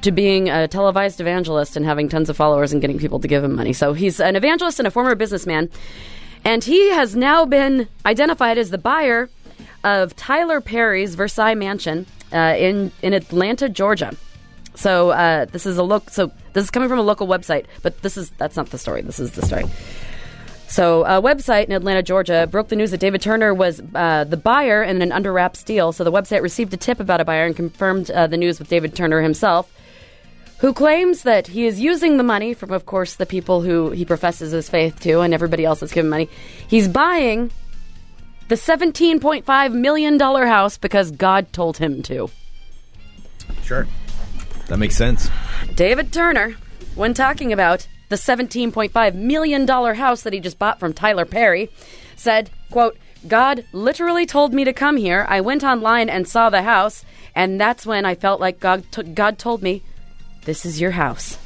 to being a televised evangelist and having tons of followers and getting people to give him money. So he's an evangelist and a former businessman. And he has now been identified as the buyer of Tyler Perry's Versailles mansion uh, in, in Atlanta, Georgia. So uh, this is a look. So this is coming from a local website, but this is that's not the story. This is the story. So, a website in Atlanta, Georgia, broke the news that David Turner was uh, the buyer in an under wraps deal. So, the website received a tip about a buyer and confirmed uh, the news with David Turner himself, who claims that he is using the money from, of course, the people who he professes his faith to and everybody else that's given money. He's buying the $17.5 million house because God told him to. sure. That makes sense. David Turner, when talking about the $17.5 million house that he just bought from Tyler Perry, said, quote, God literally told me to come here. I went online and saw the house, and that's when I felt like God, t- God told me, this is your house.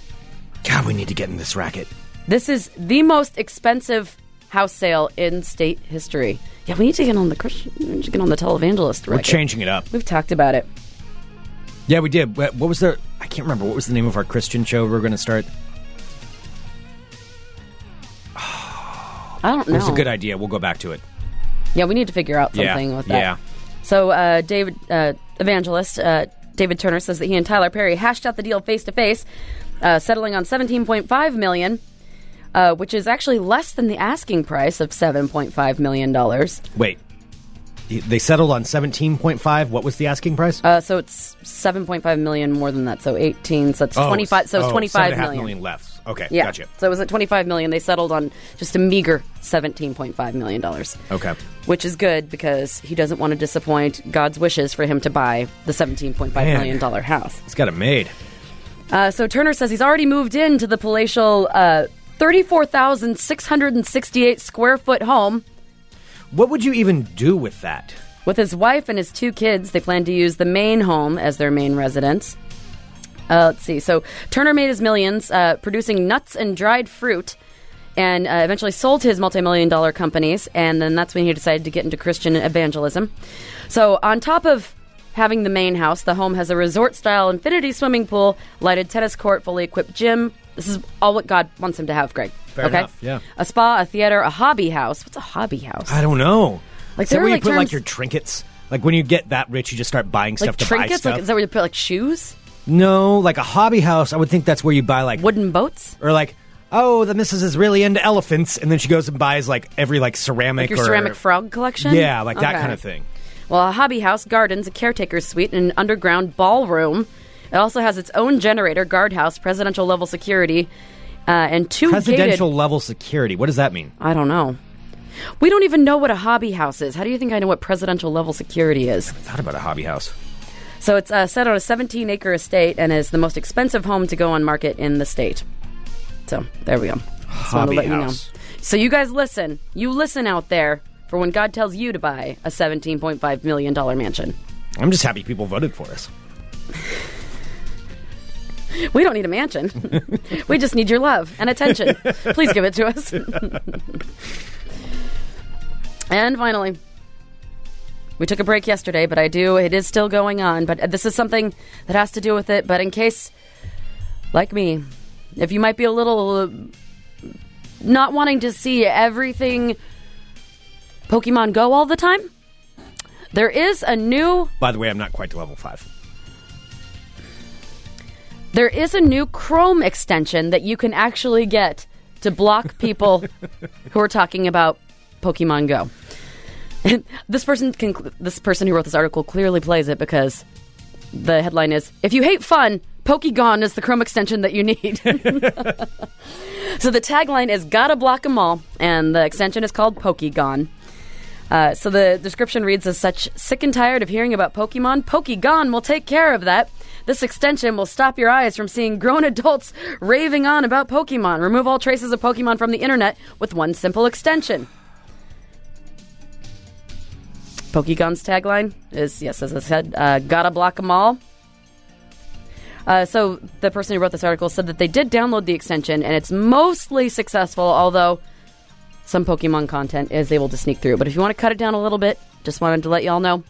God, we need to get in this racket. This is the most expensive house sale in state history. Yeah, we need to get on the Christian, we need to get on the televangelist. We're record. changing it up. We've talked about it. Yeah, we did. What what was the? I can't remember. What was the name of our Christian show we were going to start? I don't know. It was a good idea. We'll go back to it. Yeah, we need to figure out Yeah, something with that. yeah. So, uh, David uh, Evangelist uh, David Turner says that he and Tyler Perry hashed out the deal face to face, settling on seventeen point five million, uh, which is actually less than the asking price of seven point five million dollars. Wait, they settled on seventeen point five. What was the asking price? Uh, so it's seven point five million more than that. So eighteen. So it's Oh, twenty five. So it's oh, twenty seven five and a half million. million left. Okay, Yeah. gotcha. So it was at twenty five million. They settled on just a meager seventeen point five million dollars. Okay, which is good because he doesn't want to disappoint God's wishes for him to buy the seventeen point five Man. million dollar house. it's got it made. Uh, so Turner says he's already moved into the palatial uh, thirty four thousand six hundred and sixty eight square foot home What would you even do with that? with his wife and his two kids. They plan to use the main home as their main residence. Uh, let's see. So Turner made his millions uh, producing nuts and dried fruit. And uh, eventually sold his multi-million dollar companies, and then that's when he decided to get into Christian evangelism. So, on top of having the main house, the home has a resort-style infinity swimming pool, lighted tennis court, fully equipped gym. This is all what God wants him to have, Greg. Fair okay, enough, yeah. A spa, a theater, a hobby house. What's a hobby house? I don't know. Like, is that there where are, you like, put like terms- your trinkets? Like when you get that rich, you just start buying stuff like to buy trinkets? stuff. Like is that where you put like shoes, no, like a hobby house. I would think that's where you buy like wooden boats? or like. Oh, the missus is really into elephants, and then she goes and buys like every like ceramic Your or ceramic frog collection? Yeah, like that Okay. kind of thing. Well, a hobby house, gardens, a caretaker's suite, and an underground ballroom. It also has its own generator, guard house, presidential level security, uh, and two Presidential gated. level security. What does that mean? I don't know. We don't even know what a hobby house is. How do you think I know what presidential level security is? I thought about a hobby house. So it's uh, set on a 17 acre estate and is the most expensive home to go on market in the state. So there we go. Just wanted Hobby to let you know. house. So you guys listen. You listen out there for when God tells you to buy a 17.5 million dollar mansion. I'm just happy people voted for us. We don't need a mansion. we just need your love and attention. Please give it to us. and finally, we took a break yesterday, but I do, it is still going on. But this is something that has to do with it. But in case, like me, if you might be a little uh, not wanting to see everything Pokemon Go all the time, there is a new By the way, I'm not quite to level five. there is a new Chrome extension that you can actually get to block people who are talking about Pokemon Go. this person can, this person who wrote this article clearly plays it because the headline is if you hate fun pokegon is the chrome extension that you need so the tagline is gotta block 'em all and the extension is called pokegon uh, so the description reads as such sick and tired of hearing about pokemon pokegon will take care of that this extension will stop your eyes from seeing grown adults raving on about pokemon remove all traces of pokemon from the internet with one simple extension Pokegon's tagline is yes, as I said, uh, gotta block 'em all. Uh, so the person who wrote this article said that they did download the extension and it's mostly successful, although some Pokemon content is able to sneak through. But if you want to cut it down a little bit, just wanted to let y'all know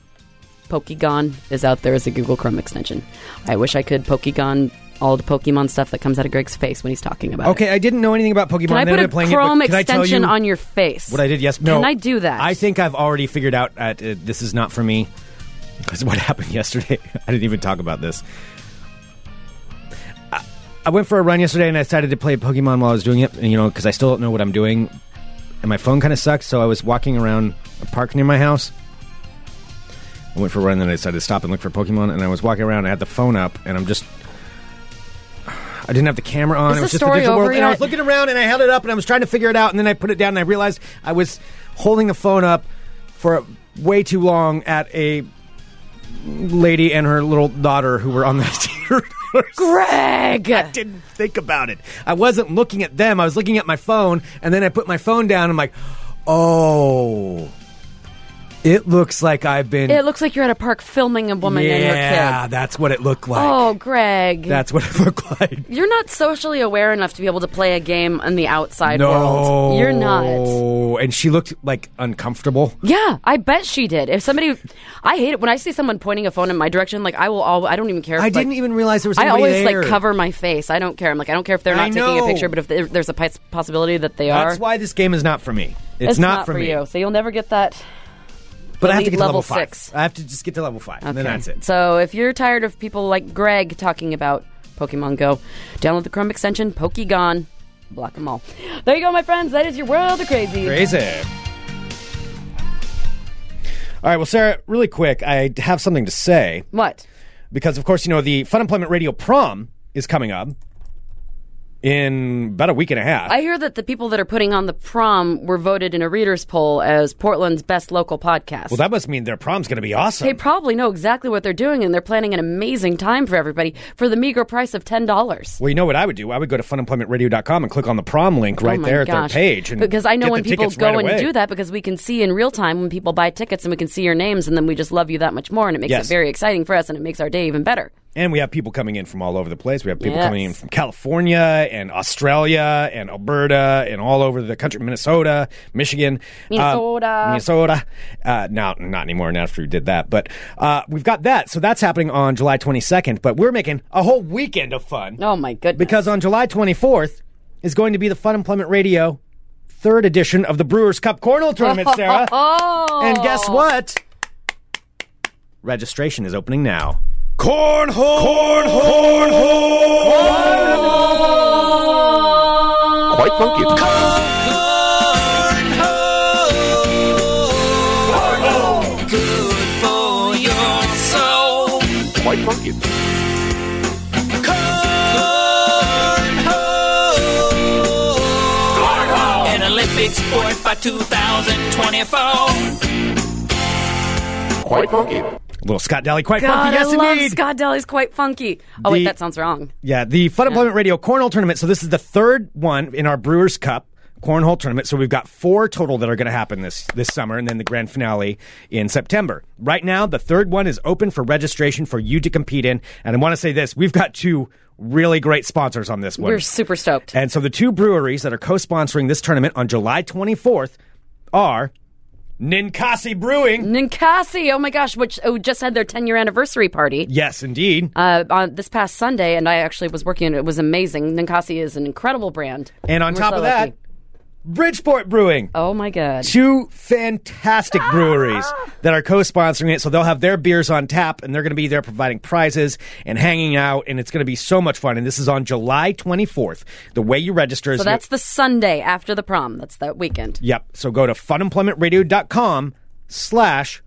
Pokegon is out there as a Google Chrome extension. I wish I could Pokegon all the Pokemon stuff that comes out of Greg's face when he's talking about it. Okay, I didn't know anything about Pokemon. Can I and put ended a up playing Chrome it, but can I tell extension you on your face? What I did? Yes. No. Can I do that? I think I've already figured out at, uh, this is not for me because what happened yesterday. I didn't even talk about this. I- I went for a run yesterday and I decided to play Pokemon while I was doing it, and, you know, because I still don't know what I'm doing, and my phone kind of sucks. So I was walking around a park near my house. I went for a run, and then I decided to stop and look for Pokemon. And I was walking around, and I had the phone up, and I'm just. I didn't have the camera on. Is it was just the the story digital over world. And I was yet? looking around, and I held it up, and I was trying to figure it out, and then I put it down, and I realized I was holding the phone up for way too long at a lady and her little daughter who were on the theater. Greg. didn't think about it. I wasn't looking at them. I was looking at my phone, and then I put my phone down. I'm like, oh, it looks like I've been. It looks like you're at a park filming a woman and her yeah, kid. that's what it looked like. Oh, Greg. That's what it looked like. you're not socially aware enough to be able to play a game in the outside No, world. You're not. And she looked like uncomfortable. Yeah, I bet she did. If somebody, I hate it when I see someone pointing a phone in my direction. Like I will all. I don't even care. If, I like- didn't even realize there was. I somebody always there. like cover my face. I don't care. I'm like I don't care if they're I not taking a know. picture, but if there- there's a pos- possibility that they are, That's why this game is not for me. It's, it's not, for, me. you. So you'll never get that. But I have to Elite get to level level five. six. I have to just get to level five, and then Okay. that's it. So if you're tired of people like Greg talking about Pokemon Go, download the Chrome extension Pokegon. Block them all. There you go, my friends. That is your world of crazy. Crazy. All right, well, Sarah, really quick, I have something to say What? because, of course, you know, the Fun Employment Radio prom is coming up in about a week and a half. I hear that the people that are putting on the prom were voted in a readers poll as Portland's best local podcast. well, that must mean their prom's going to be awesome. they probably know exactly what they're doing and they're planning an amazing time for everybody for the meager price of $10. well, you know what I would do? I would go to funemploymentradio.com and click on the prom link right oh my there at gosh. their page. And because I know get when the people tickets go right and away. do that because we can see in real time when people buy tickets and we can see your names and then we just love you that much more and it makes Yes. it very exciting for us and it makes our day even better. And we have people coming in from all over the place. We have people Yes. coming in from California and Australia and Alberta and all over the country, Minnesota, Michigan, uh, Minnesota. Minnesota. Uh, now, not anymore. Now after we did that, but uh, we've got that. So that's happening on July 22nd. But we're making a whole weekend of fun Oh my goodness. because on July 24th is going to be the Fun Employment Radio third edition of the Brewers Cup Cornhole Tournament, Sarah. Oh. And guess what? Registration is opening now. Cornhole! Cornhole! Quite funky. Quite funky. An Olympic sport by 2024. Quite funky. Little Scott Daly, quite God, funky, yes I love indeed. Scott Daly's quite funky. Oh wait, The- that sounds wrong. Yeah, the Fun Employment Radio Cornhole Tournament. So this is the third one in our Brewers Cup Cornhole Tournament. So we've got four total that are going to happen this this summer, and then the grand finale in September. Right now, the third one is open for registration for you to compete in. And I want to say this: we've got two really great sponsors on this one. We're super stoked. And so the two breweries that are co-sponsoring this tournament on July 24th are Ninkasi Mm. Brewing. Ninkasi, oh my gosh, which oh, just had their 10 year anniversary party. Yes, indeed. Uh, on this past Sunday, and I actually was working. It was amazing. Ninkasi is an incredible brand, and on We're top so of that, lucky. Bridgeport Brewing. oh my god, Two fantastic Ah! breweries that are co-sponsoring it, so they'll have their beers on tap, and they're going to be there providing prizes and hanging out, and it's going to be so much fun. And this is on July 24th. The way you register is So that's the Sunday after the prom. That's that weekend. Yep. So go to funemploymentradio.com slash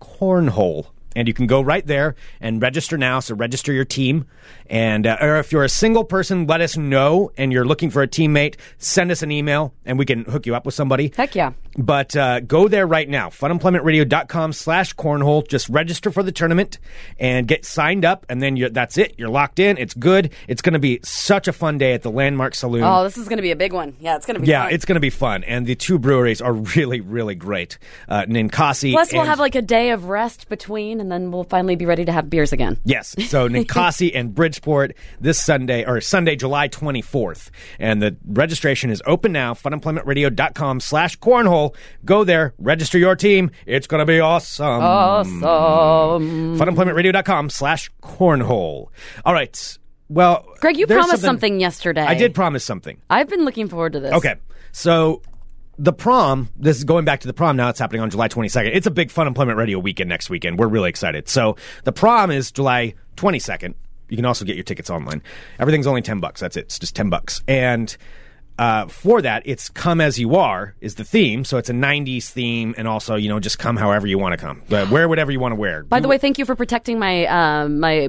cornhole. And you can go right there and register now. So register your team. And, uh, or if you're a single person, let us know and you're looking for a teammate, send us an email and we can hook you up with somebody. Heck yeah. But uh, go there right now, funemploymentradio.com slash cornhole. Just register for the tournament and get signed up. And then you're, that's it. You're locked in. It's good. It's going to be such a fun day at the Landmark Saloon. Oh, this is going to be a big one. Yeah, it's going to be. Yeah, fun. it's going to be fun, and the two breweries are really, really great. Uh, Ninkasi. Plus, we'll and- have like a day of rest between, and then we'll finally be ready to have beers again. Yes, so Ninkasi and Bridgeport this Sunday or Sunday, July twenty fourth, and the registration is open now. FunEmploymentRadio.com slash cornhole. Bowl. Go there, register your team. It's going to be awesome. Awesome. Funemploymentradio.com slash cornhole. All right. Well, Greg, you there's promised something, yesterday. I did promise something. I've been looking forward to this. Okay. So the prom, this is going back to the prom now. It's happening on July 22nd. It's a big Fun Employment Radio weekend next weekend. We're really excited. So the prom is July 22nd. You can also get your tickets online. Everything's only 10 bucks. That's it. It's just 10 bucks. And uh, for that, it's Come As You Are is the theme. So it's a 90s theme and also, you know, just come however you want to come. Uh, wear whatever you want to wear. By the way, thank you for protecting my um, my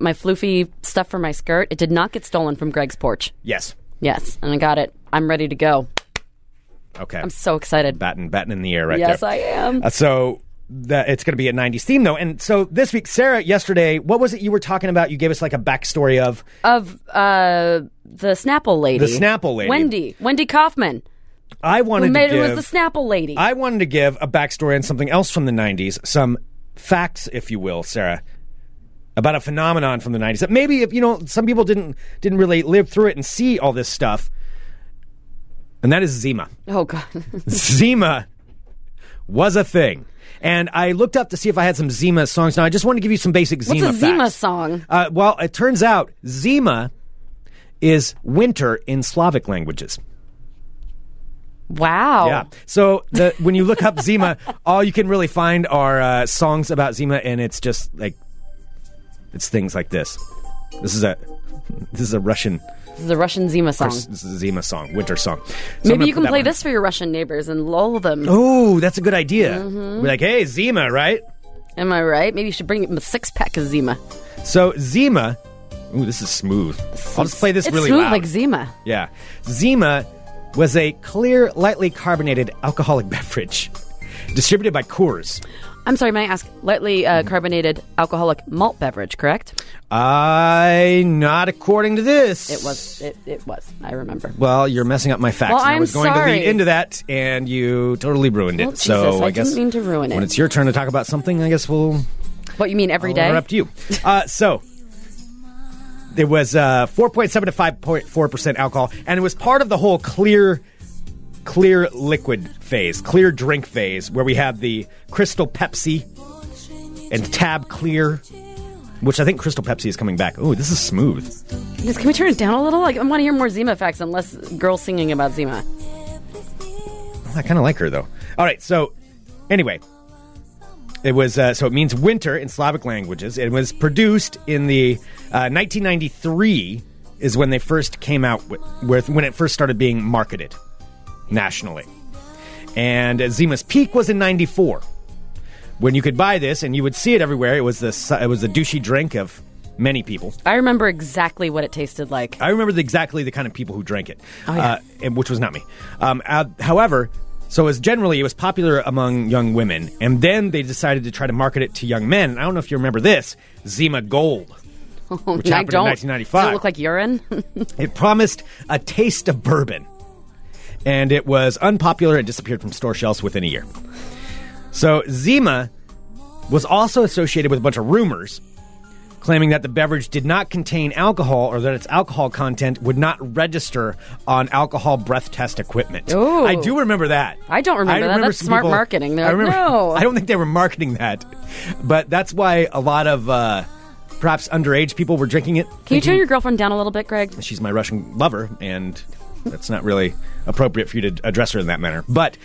my floofy stuff for my skirt. It did not get stolen from Greg's porch. Yes. Yes, and I got it. I'm ready to go. Okay. I'm so excited. batting, batting in the air right yes, there. I am. Uh, so that it's going to be a 90s theme though and so this week sarah yesterday what was it you were talking about you gave us like a backstory of of uh, the Snapple lady. The Snapple lady. Wendy. Wendy Kaufman. i wanted Who made to it give was the Snapple lady. i wanted to give a backstory on something else from the 90s some facts if you will sarah about a phenomenon from the 90s that maybe if you know some people didn't didn't really live through it and see all this stuff and that is zima oh God. Zima was a thing. And I looked up to see if I had some Zima songs. Now, I just want to give you some basic Zima What's a Zima facts. song? Uh, well, it turns out Zima is winter in Slavic languages. Wow. Yeah. So the, when you look up Zima, all you can really find are uh, songs about Zima, and it's just like it's things like this. This is a this is a Russian This is a Russian Zima song. this is a Zima song, winter song. So I'm Maybe gonna you put can that play one. this for your Russian neighbors and lull them. Oh, that's a good idea. Mm-hmm. We're like, hey, Zima, right? Am I right? Maybe you should bring a six pack of Zima. So Zima, ooh, this is smooth. I'll just play this it's really smooth loud. like Zima. yeah, Zima was a clear, lightly carbonated alcoholic beverage distributed by Coors. I'm sorry, may I ask? Lightly uh, Mm-hmm. carbonated alcoholic malt beverage, correct? I not according to this. It was. It, it was. I remember. Well, you're messing up my facts. Well, and I I'm was going to sorry. lead into that, and you totally ruined it. Well, so Oh, Jesus, I I guess didn't mean to ruin it. When it's your turn to talk about something, I guess we'll What you mean every Well, day? we're up to you. Uh, so there was uh, 4.7 to 5.4 percent alcohol, and it was part of the whole clear, clear liquid phase, clear drink phase, where we had the Crystal Pepsi and Tab Clear, which I think Crystal Pepsi is coming back. Oh, this is smooth. Just- Can we turn it down a little? Like, I want to hear more Zima facts and less girls singing about Zima. I kind of like her though. All right, so anyway, it was uh, so it means winter in Slavic languages. It was produced in the uh, 1993 is when they first came out with, with when it first started being marketed nationally, and uh, Zima's peak was in '94 when you could buy this and you would see it everywhere. It was the su- it was the douchey drink of many people. I remember exactly what it tasted like. I remember the, exactly the kind of people who drank it, Oh, yeah. uh, and, which was not me. Um, uh, however, so it was generally it was popular among young women, and then they decided to try to market it to young men. And I don't know if you remember this Zima Gold. Which And I happened don't. in Mm-hmm. 1995. Does it look like urine? It promised a taste of bourbon, and it was unpopular and disappeared from store shelves within a year. So Zima was also associated with a bunch of rumors claiming that the beverage did not contain alcohol or that its alcohol content would not register on alcohol breath test equipment. Ooh. I do remember that. I don't remember that. That's some smart marketing. They're I like, remember, "No." I don't think they were marketing that, but that's why a lot of uh, perhaps underage people were drinking it. Can you turn your girlfriend down a little bit, Greg? she's my Russian lover, and that's not really appropriate for you to address her in that manner. But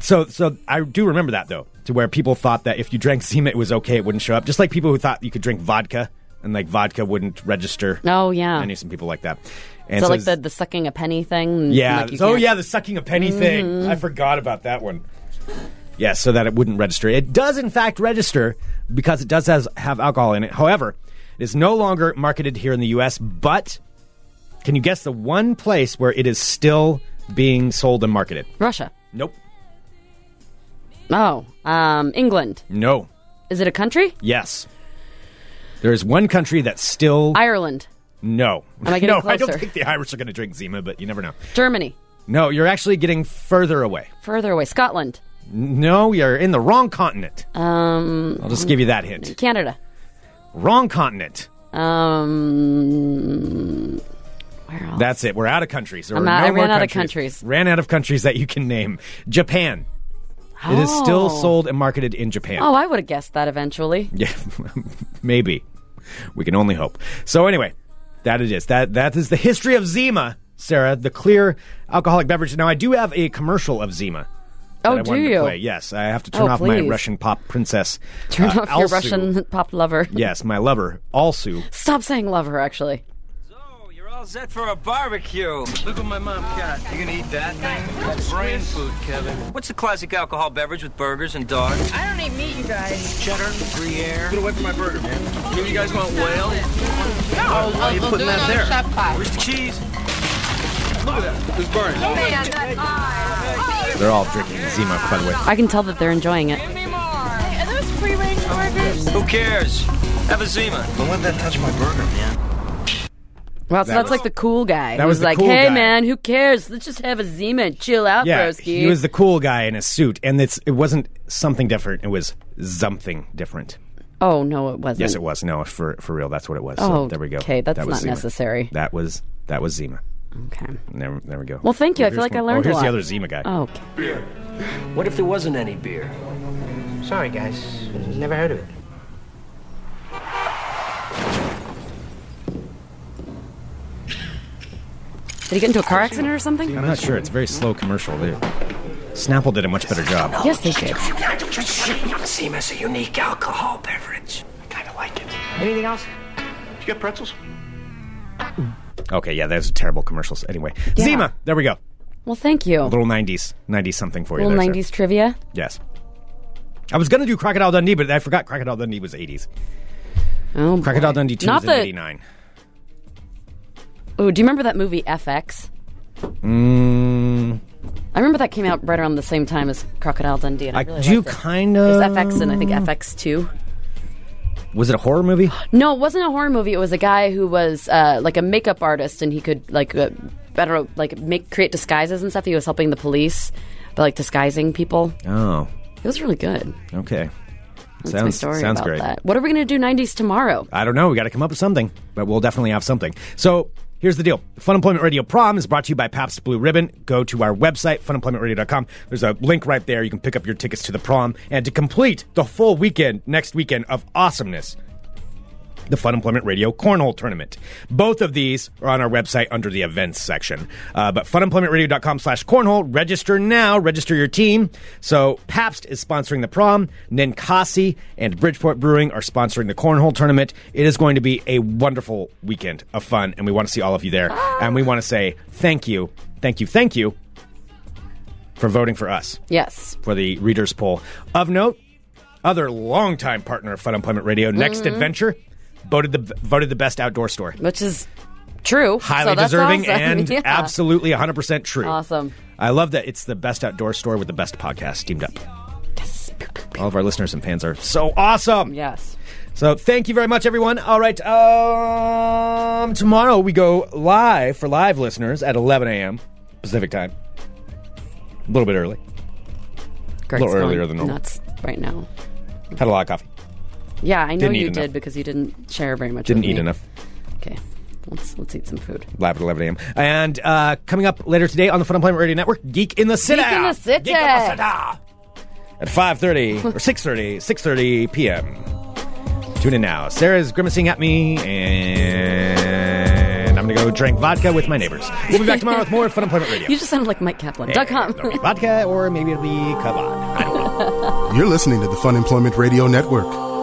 so, so I do remember that though, to where people thought that if you drank Zima, it was okay, it wouldn't show up. Just like people who thought you could drink vodka and like vodka wouldn't register. Oh, yeah. I knew some people like that. And So, like the, it's- the sucking a penny thing? yeah. Like you oh can't- Mm-hmm. yeah, the sucking a penny thing. I forgot about that one. Yeah, so that it wouldn't register. It does in fact register because it does has, have alcohol in it. However, it is no longer marketed here in the US, but can you guess the one place where it is still being sold and marketed? Russia. Nope. Oh. Um, England. No. Is it a country? Yes. There is one country that still Ireland. no. Am I getting no, I don't closer? think the Irish are going to drink Zima, but you never know. Germany. No, you're actually getting further away. Further away. Scotland. No, you're in the wrong continent. Um, I'll just give you that hint. Canada. Wrong continent. Um, Where else? That's it. We're out of countries. There I'm are out- no I more ran out of countries. Ran out of countries that you can name. Japan. It is still Oh. sold and marketed in Japan. Oh, I would have guessed that eventually. Yeah, maybe. We can only hope. So anyway, that it is. That that is the history of Zima, Sarah, the clear alcoholic beverage. Now I do have a commercial of Zima. that Oh, I do wanted to you? play. Yes, I have to turn Oh, off my please. Russian pop princess. Turn uh, off your Alsu. Russian pop lover. Yes, my lover, also. Stop saying lover, actually. So, Oh, you're all set for a barbecue. Look what my mom got. You gonna eat that? That's brain food, Kevin. What's the classic alcohol beverage with burgers and dogs? I don't eat meat, you guys. Cheddar, Gruyere. Get away from my burger, man. You, you guys want whale? No, Why are you putting that there? where's the cheese? Look at that. It's burning. Man, that's odd. They're all drinking Zima, by the way. I can tell that they're enjoying it. Give me more. uh, Hey, are those free range burgers? Who cares? Have a Zima. Don't let that touch my burger, man. Wow, so That that's was- like the cool guy. that who's was the like, cool hey guy." man, who cares? Let's just have a Zima and chill out, Yeah, broski. he was the cool guy in a suit, and it's it wasn't something different. It was something different. oh no, it wasn't. Yes, it was. No, for for real, that's what it was. Oh, so there we go. okay, that's That was not Zima. necessary. That was that was Zima. Okay. And There, there we go. Well, thank you. I here's feel like I one- learned Oh, here's a lot. the other Zima guy. Oh, okay. What if there wasn't any beer? Sorry, guys. Never heard of it. Did he get into a car accident or something? I'm not sure. It's a very slow commercial. There. Snapple did a much better job. Yes, they did. Zima's a unique alcohol beverage. I kind of like it. Anything else? You got pretzels? Okay, yeah, that was terrible commercials. Anyway, Zima. There we go. Well, thank you. Little 90s, 90s something for you. Little there, sir. '90s trivia. Yes. I was gonna do Crocodile Dundee, but I forgot Crocodile Dundee was 80s. Oh, boy. Crocodile Dundee 2 Not was in the- 89. Ooh, do you remember that movie FX? Mm, I remember that came out right around the same time as Crocodile Dundee. And I, I really do liked it. kind It of. was FX and I think FX two. Was it a horror movie? No, it wasn't a horror movie. It was a guy who was uh, like a makeup artist, and he could like uh, I don't know, like make create disguises and stuff. He was helping the police, but like disguising people. Oh, It was really good. okay. That's my sounds story sounds about great. that. What are we gonna do '90s tomorrow? I don't know. We got to come up with something, but we'll definitely have something. So here's the deal Fun Employment Radio Prom is brought to you by Pabst Blue Ribbon. Go to our website, funemploymentradio.com. There's a link right there. You can pick up your tickets to the prom. And to complete the full weekend, next weekend of awesomeness, the Fun Employment Radio Cornhole Tournament. Both of these are on our website under the events section. Uh, but funemploymentradio.com slash cornhole. Register now. Register your team. So Pabst is sponsoring the prom. Ninkasi and Bridgeport Brewing are sponsoring the Cornhole Tournament. It is going to be a wonderful weekend of fun, and we want to see all of you there. And we want to say thank you, thank you, thank you for voting for us Yes, for the readers poll. Of note, other longtime partner of Fun Employment Radio, Next Mm-hmm. Adventure, voted the voted the best outdoor store. which is true. Highly So that's deserving awesome. and Yeah. absolutely 100% true. Awesome. I love that it's the best outdoor store with the best podcast teamed up. All of our listeners and fans are so awesome. Yes. So thank you very much, everyone. All right, um, tomorrow we go live for live listeners at 11 a.m. Pacific time. A little bit early. Greg's little going earlier than normal. nuts right now. Had a lot of coffee. Yeah, I know Didn't eat you enough. did because you didn't share very much. Didn't with eat me. enough. Okay, let's let's eat some food. live at 11 a.m. And uh, coming up later today on the Fun Employment Radio Network, Geek in the City. in the City. Geek in the City. At 5.30 or 6.30, 6.30 p.m. Tune in now. Sarah's grimacing at me, and I'm going to go drink vodka with my neighbors. We'll be back tomorrow with more Fun Employment Radio. You just sounded like Mike Kaplan. Dot com. It'll be vodka, or maybe it'll be kava. I don't know. You're listening to the Fun Employment Radio Network.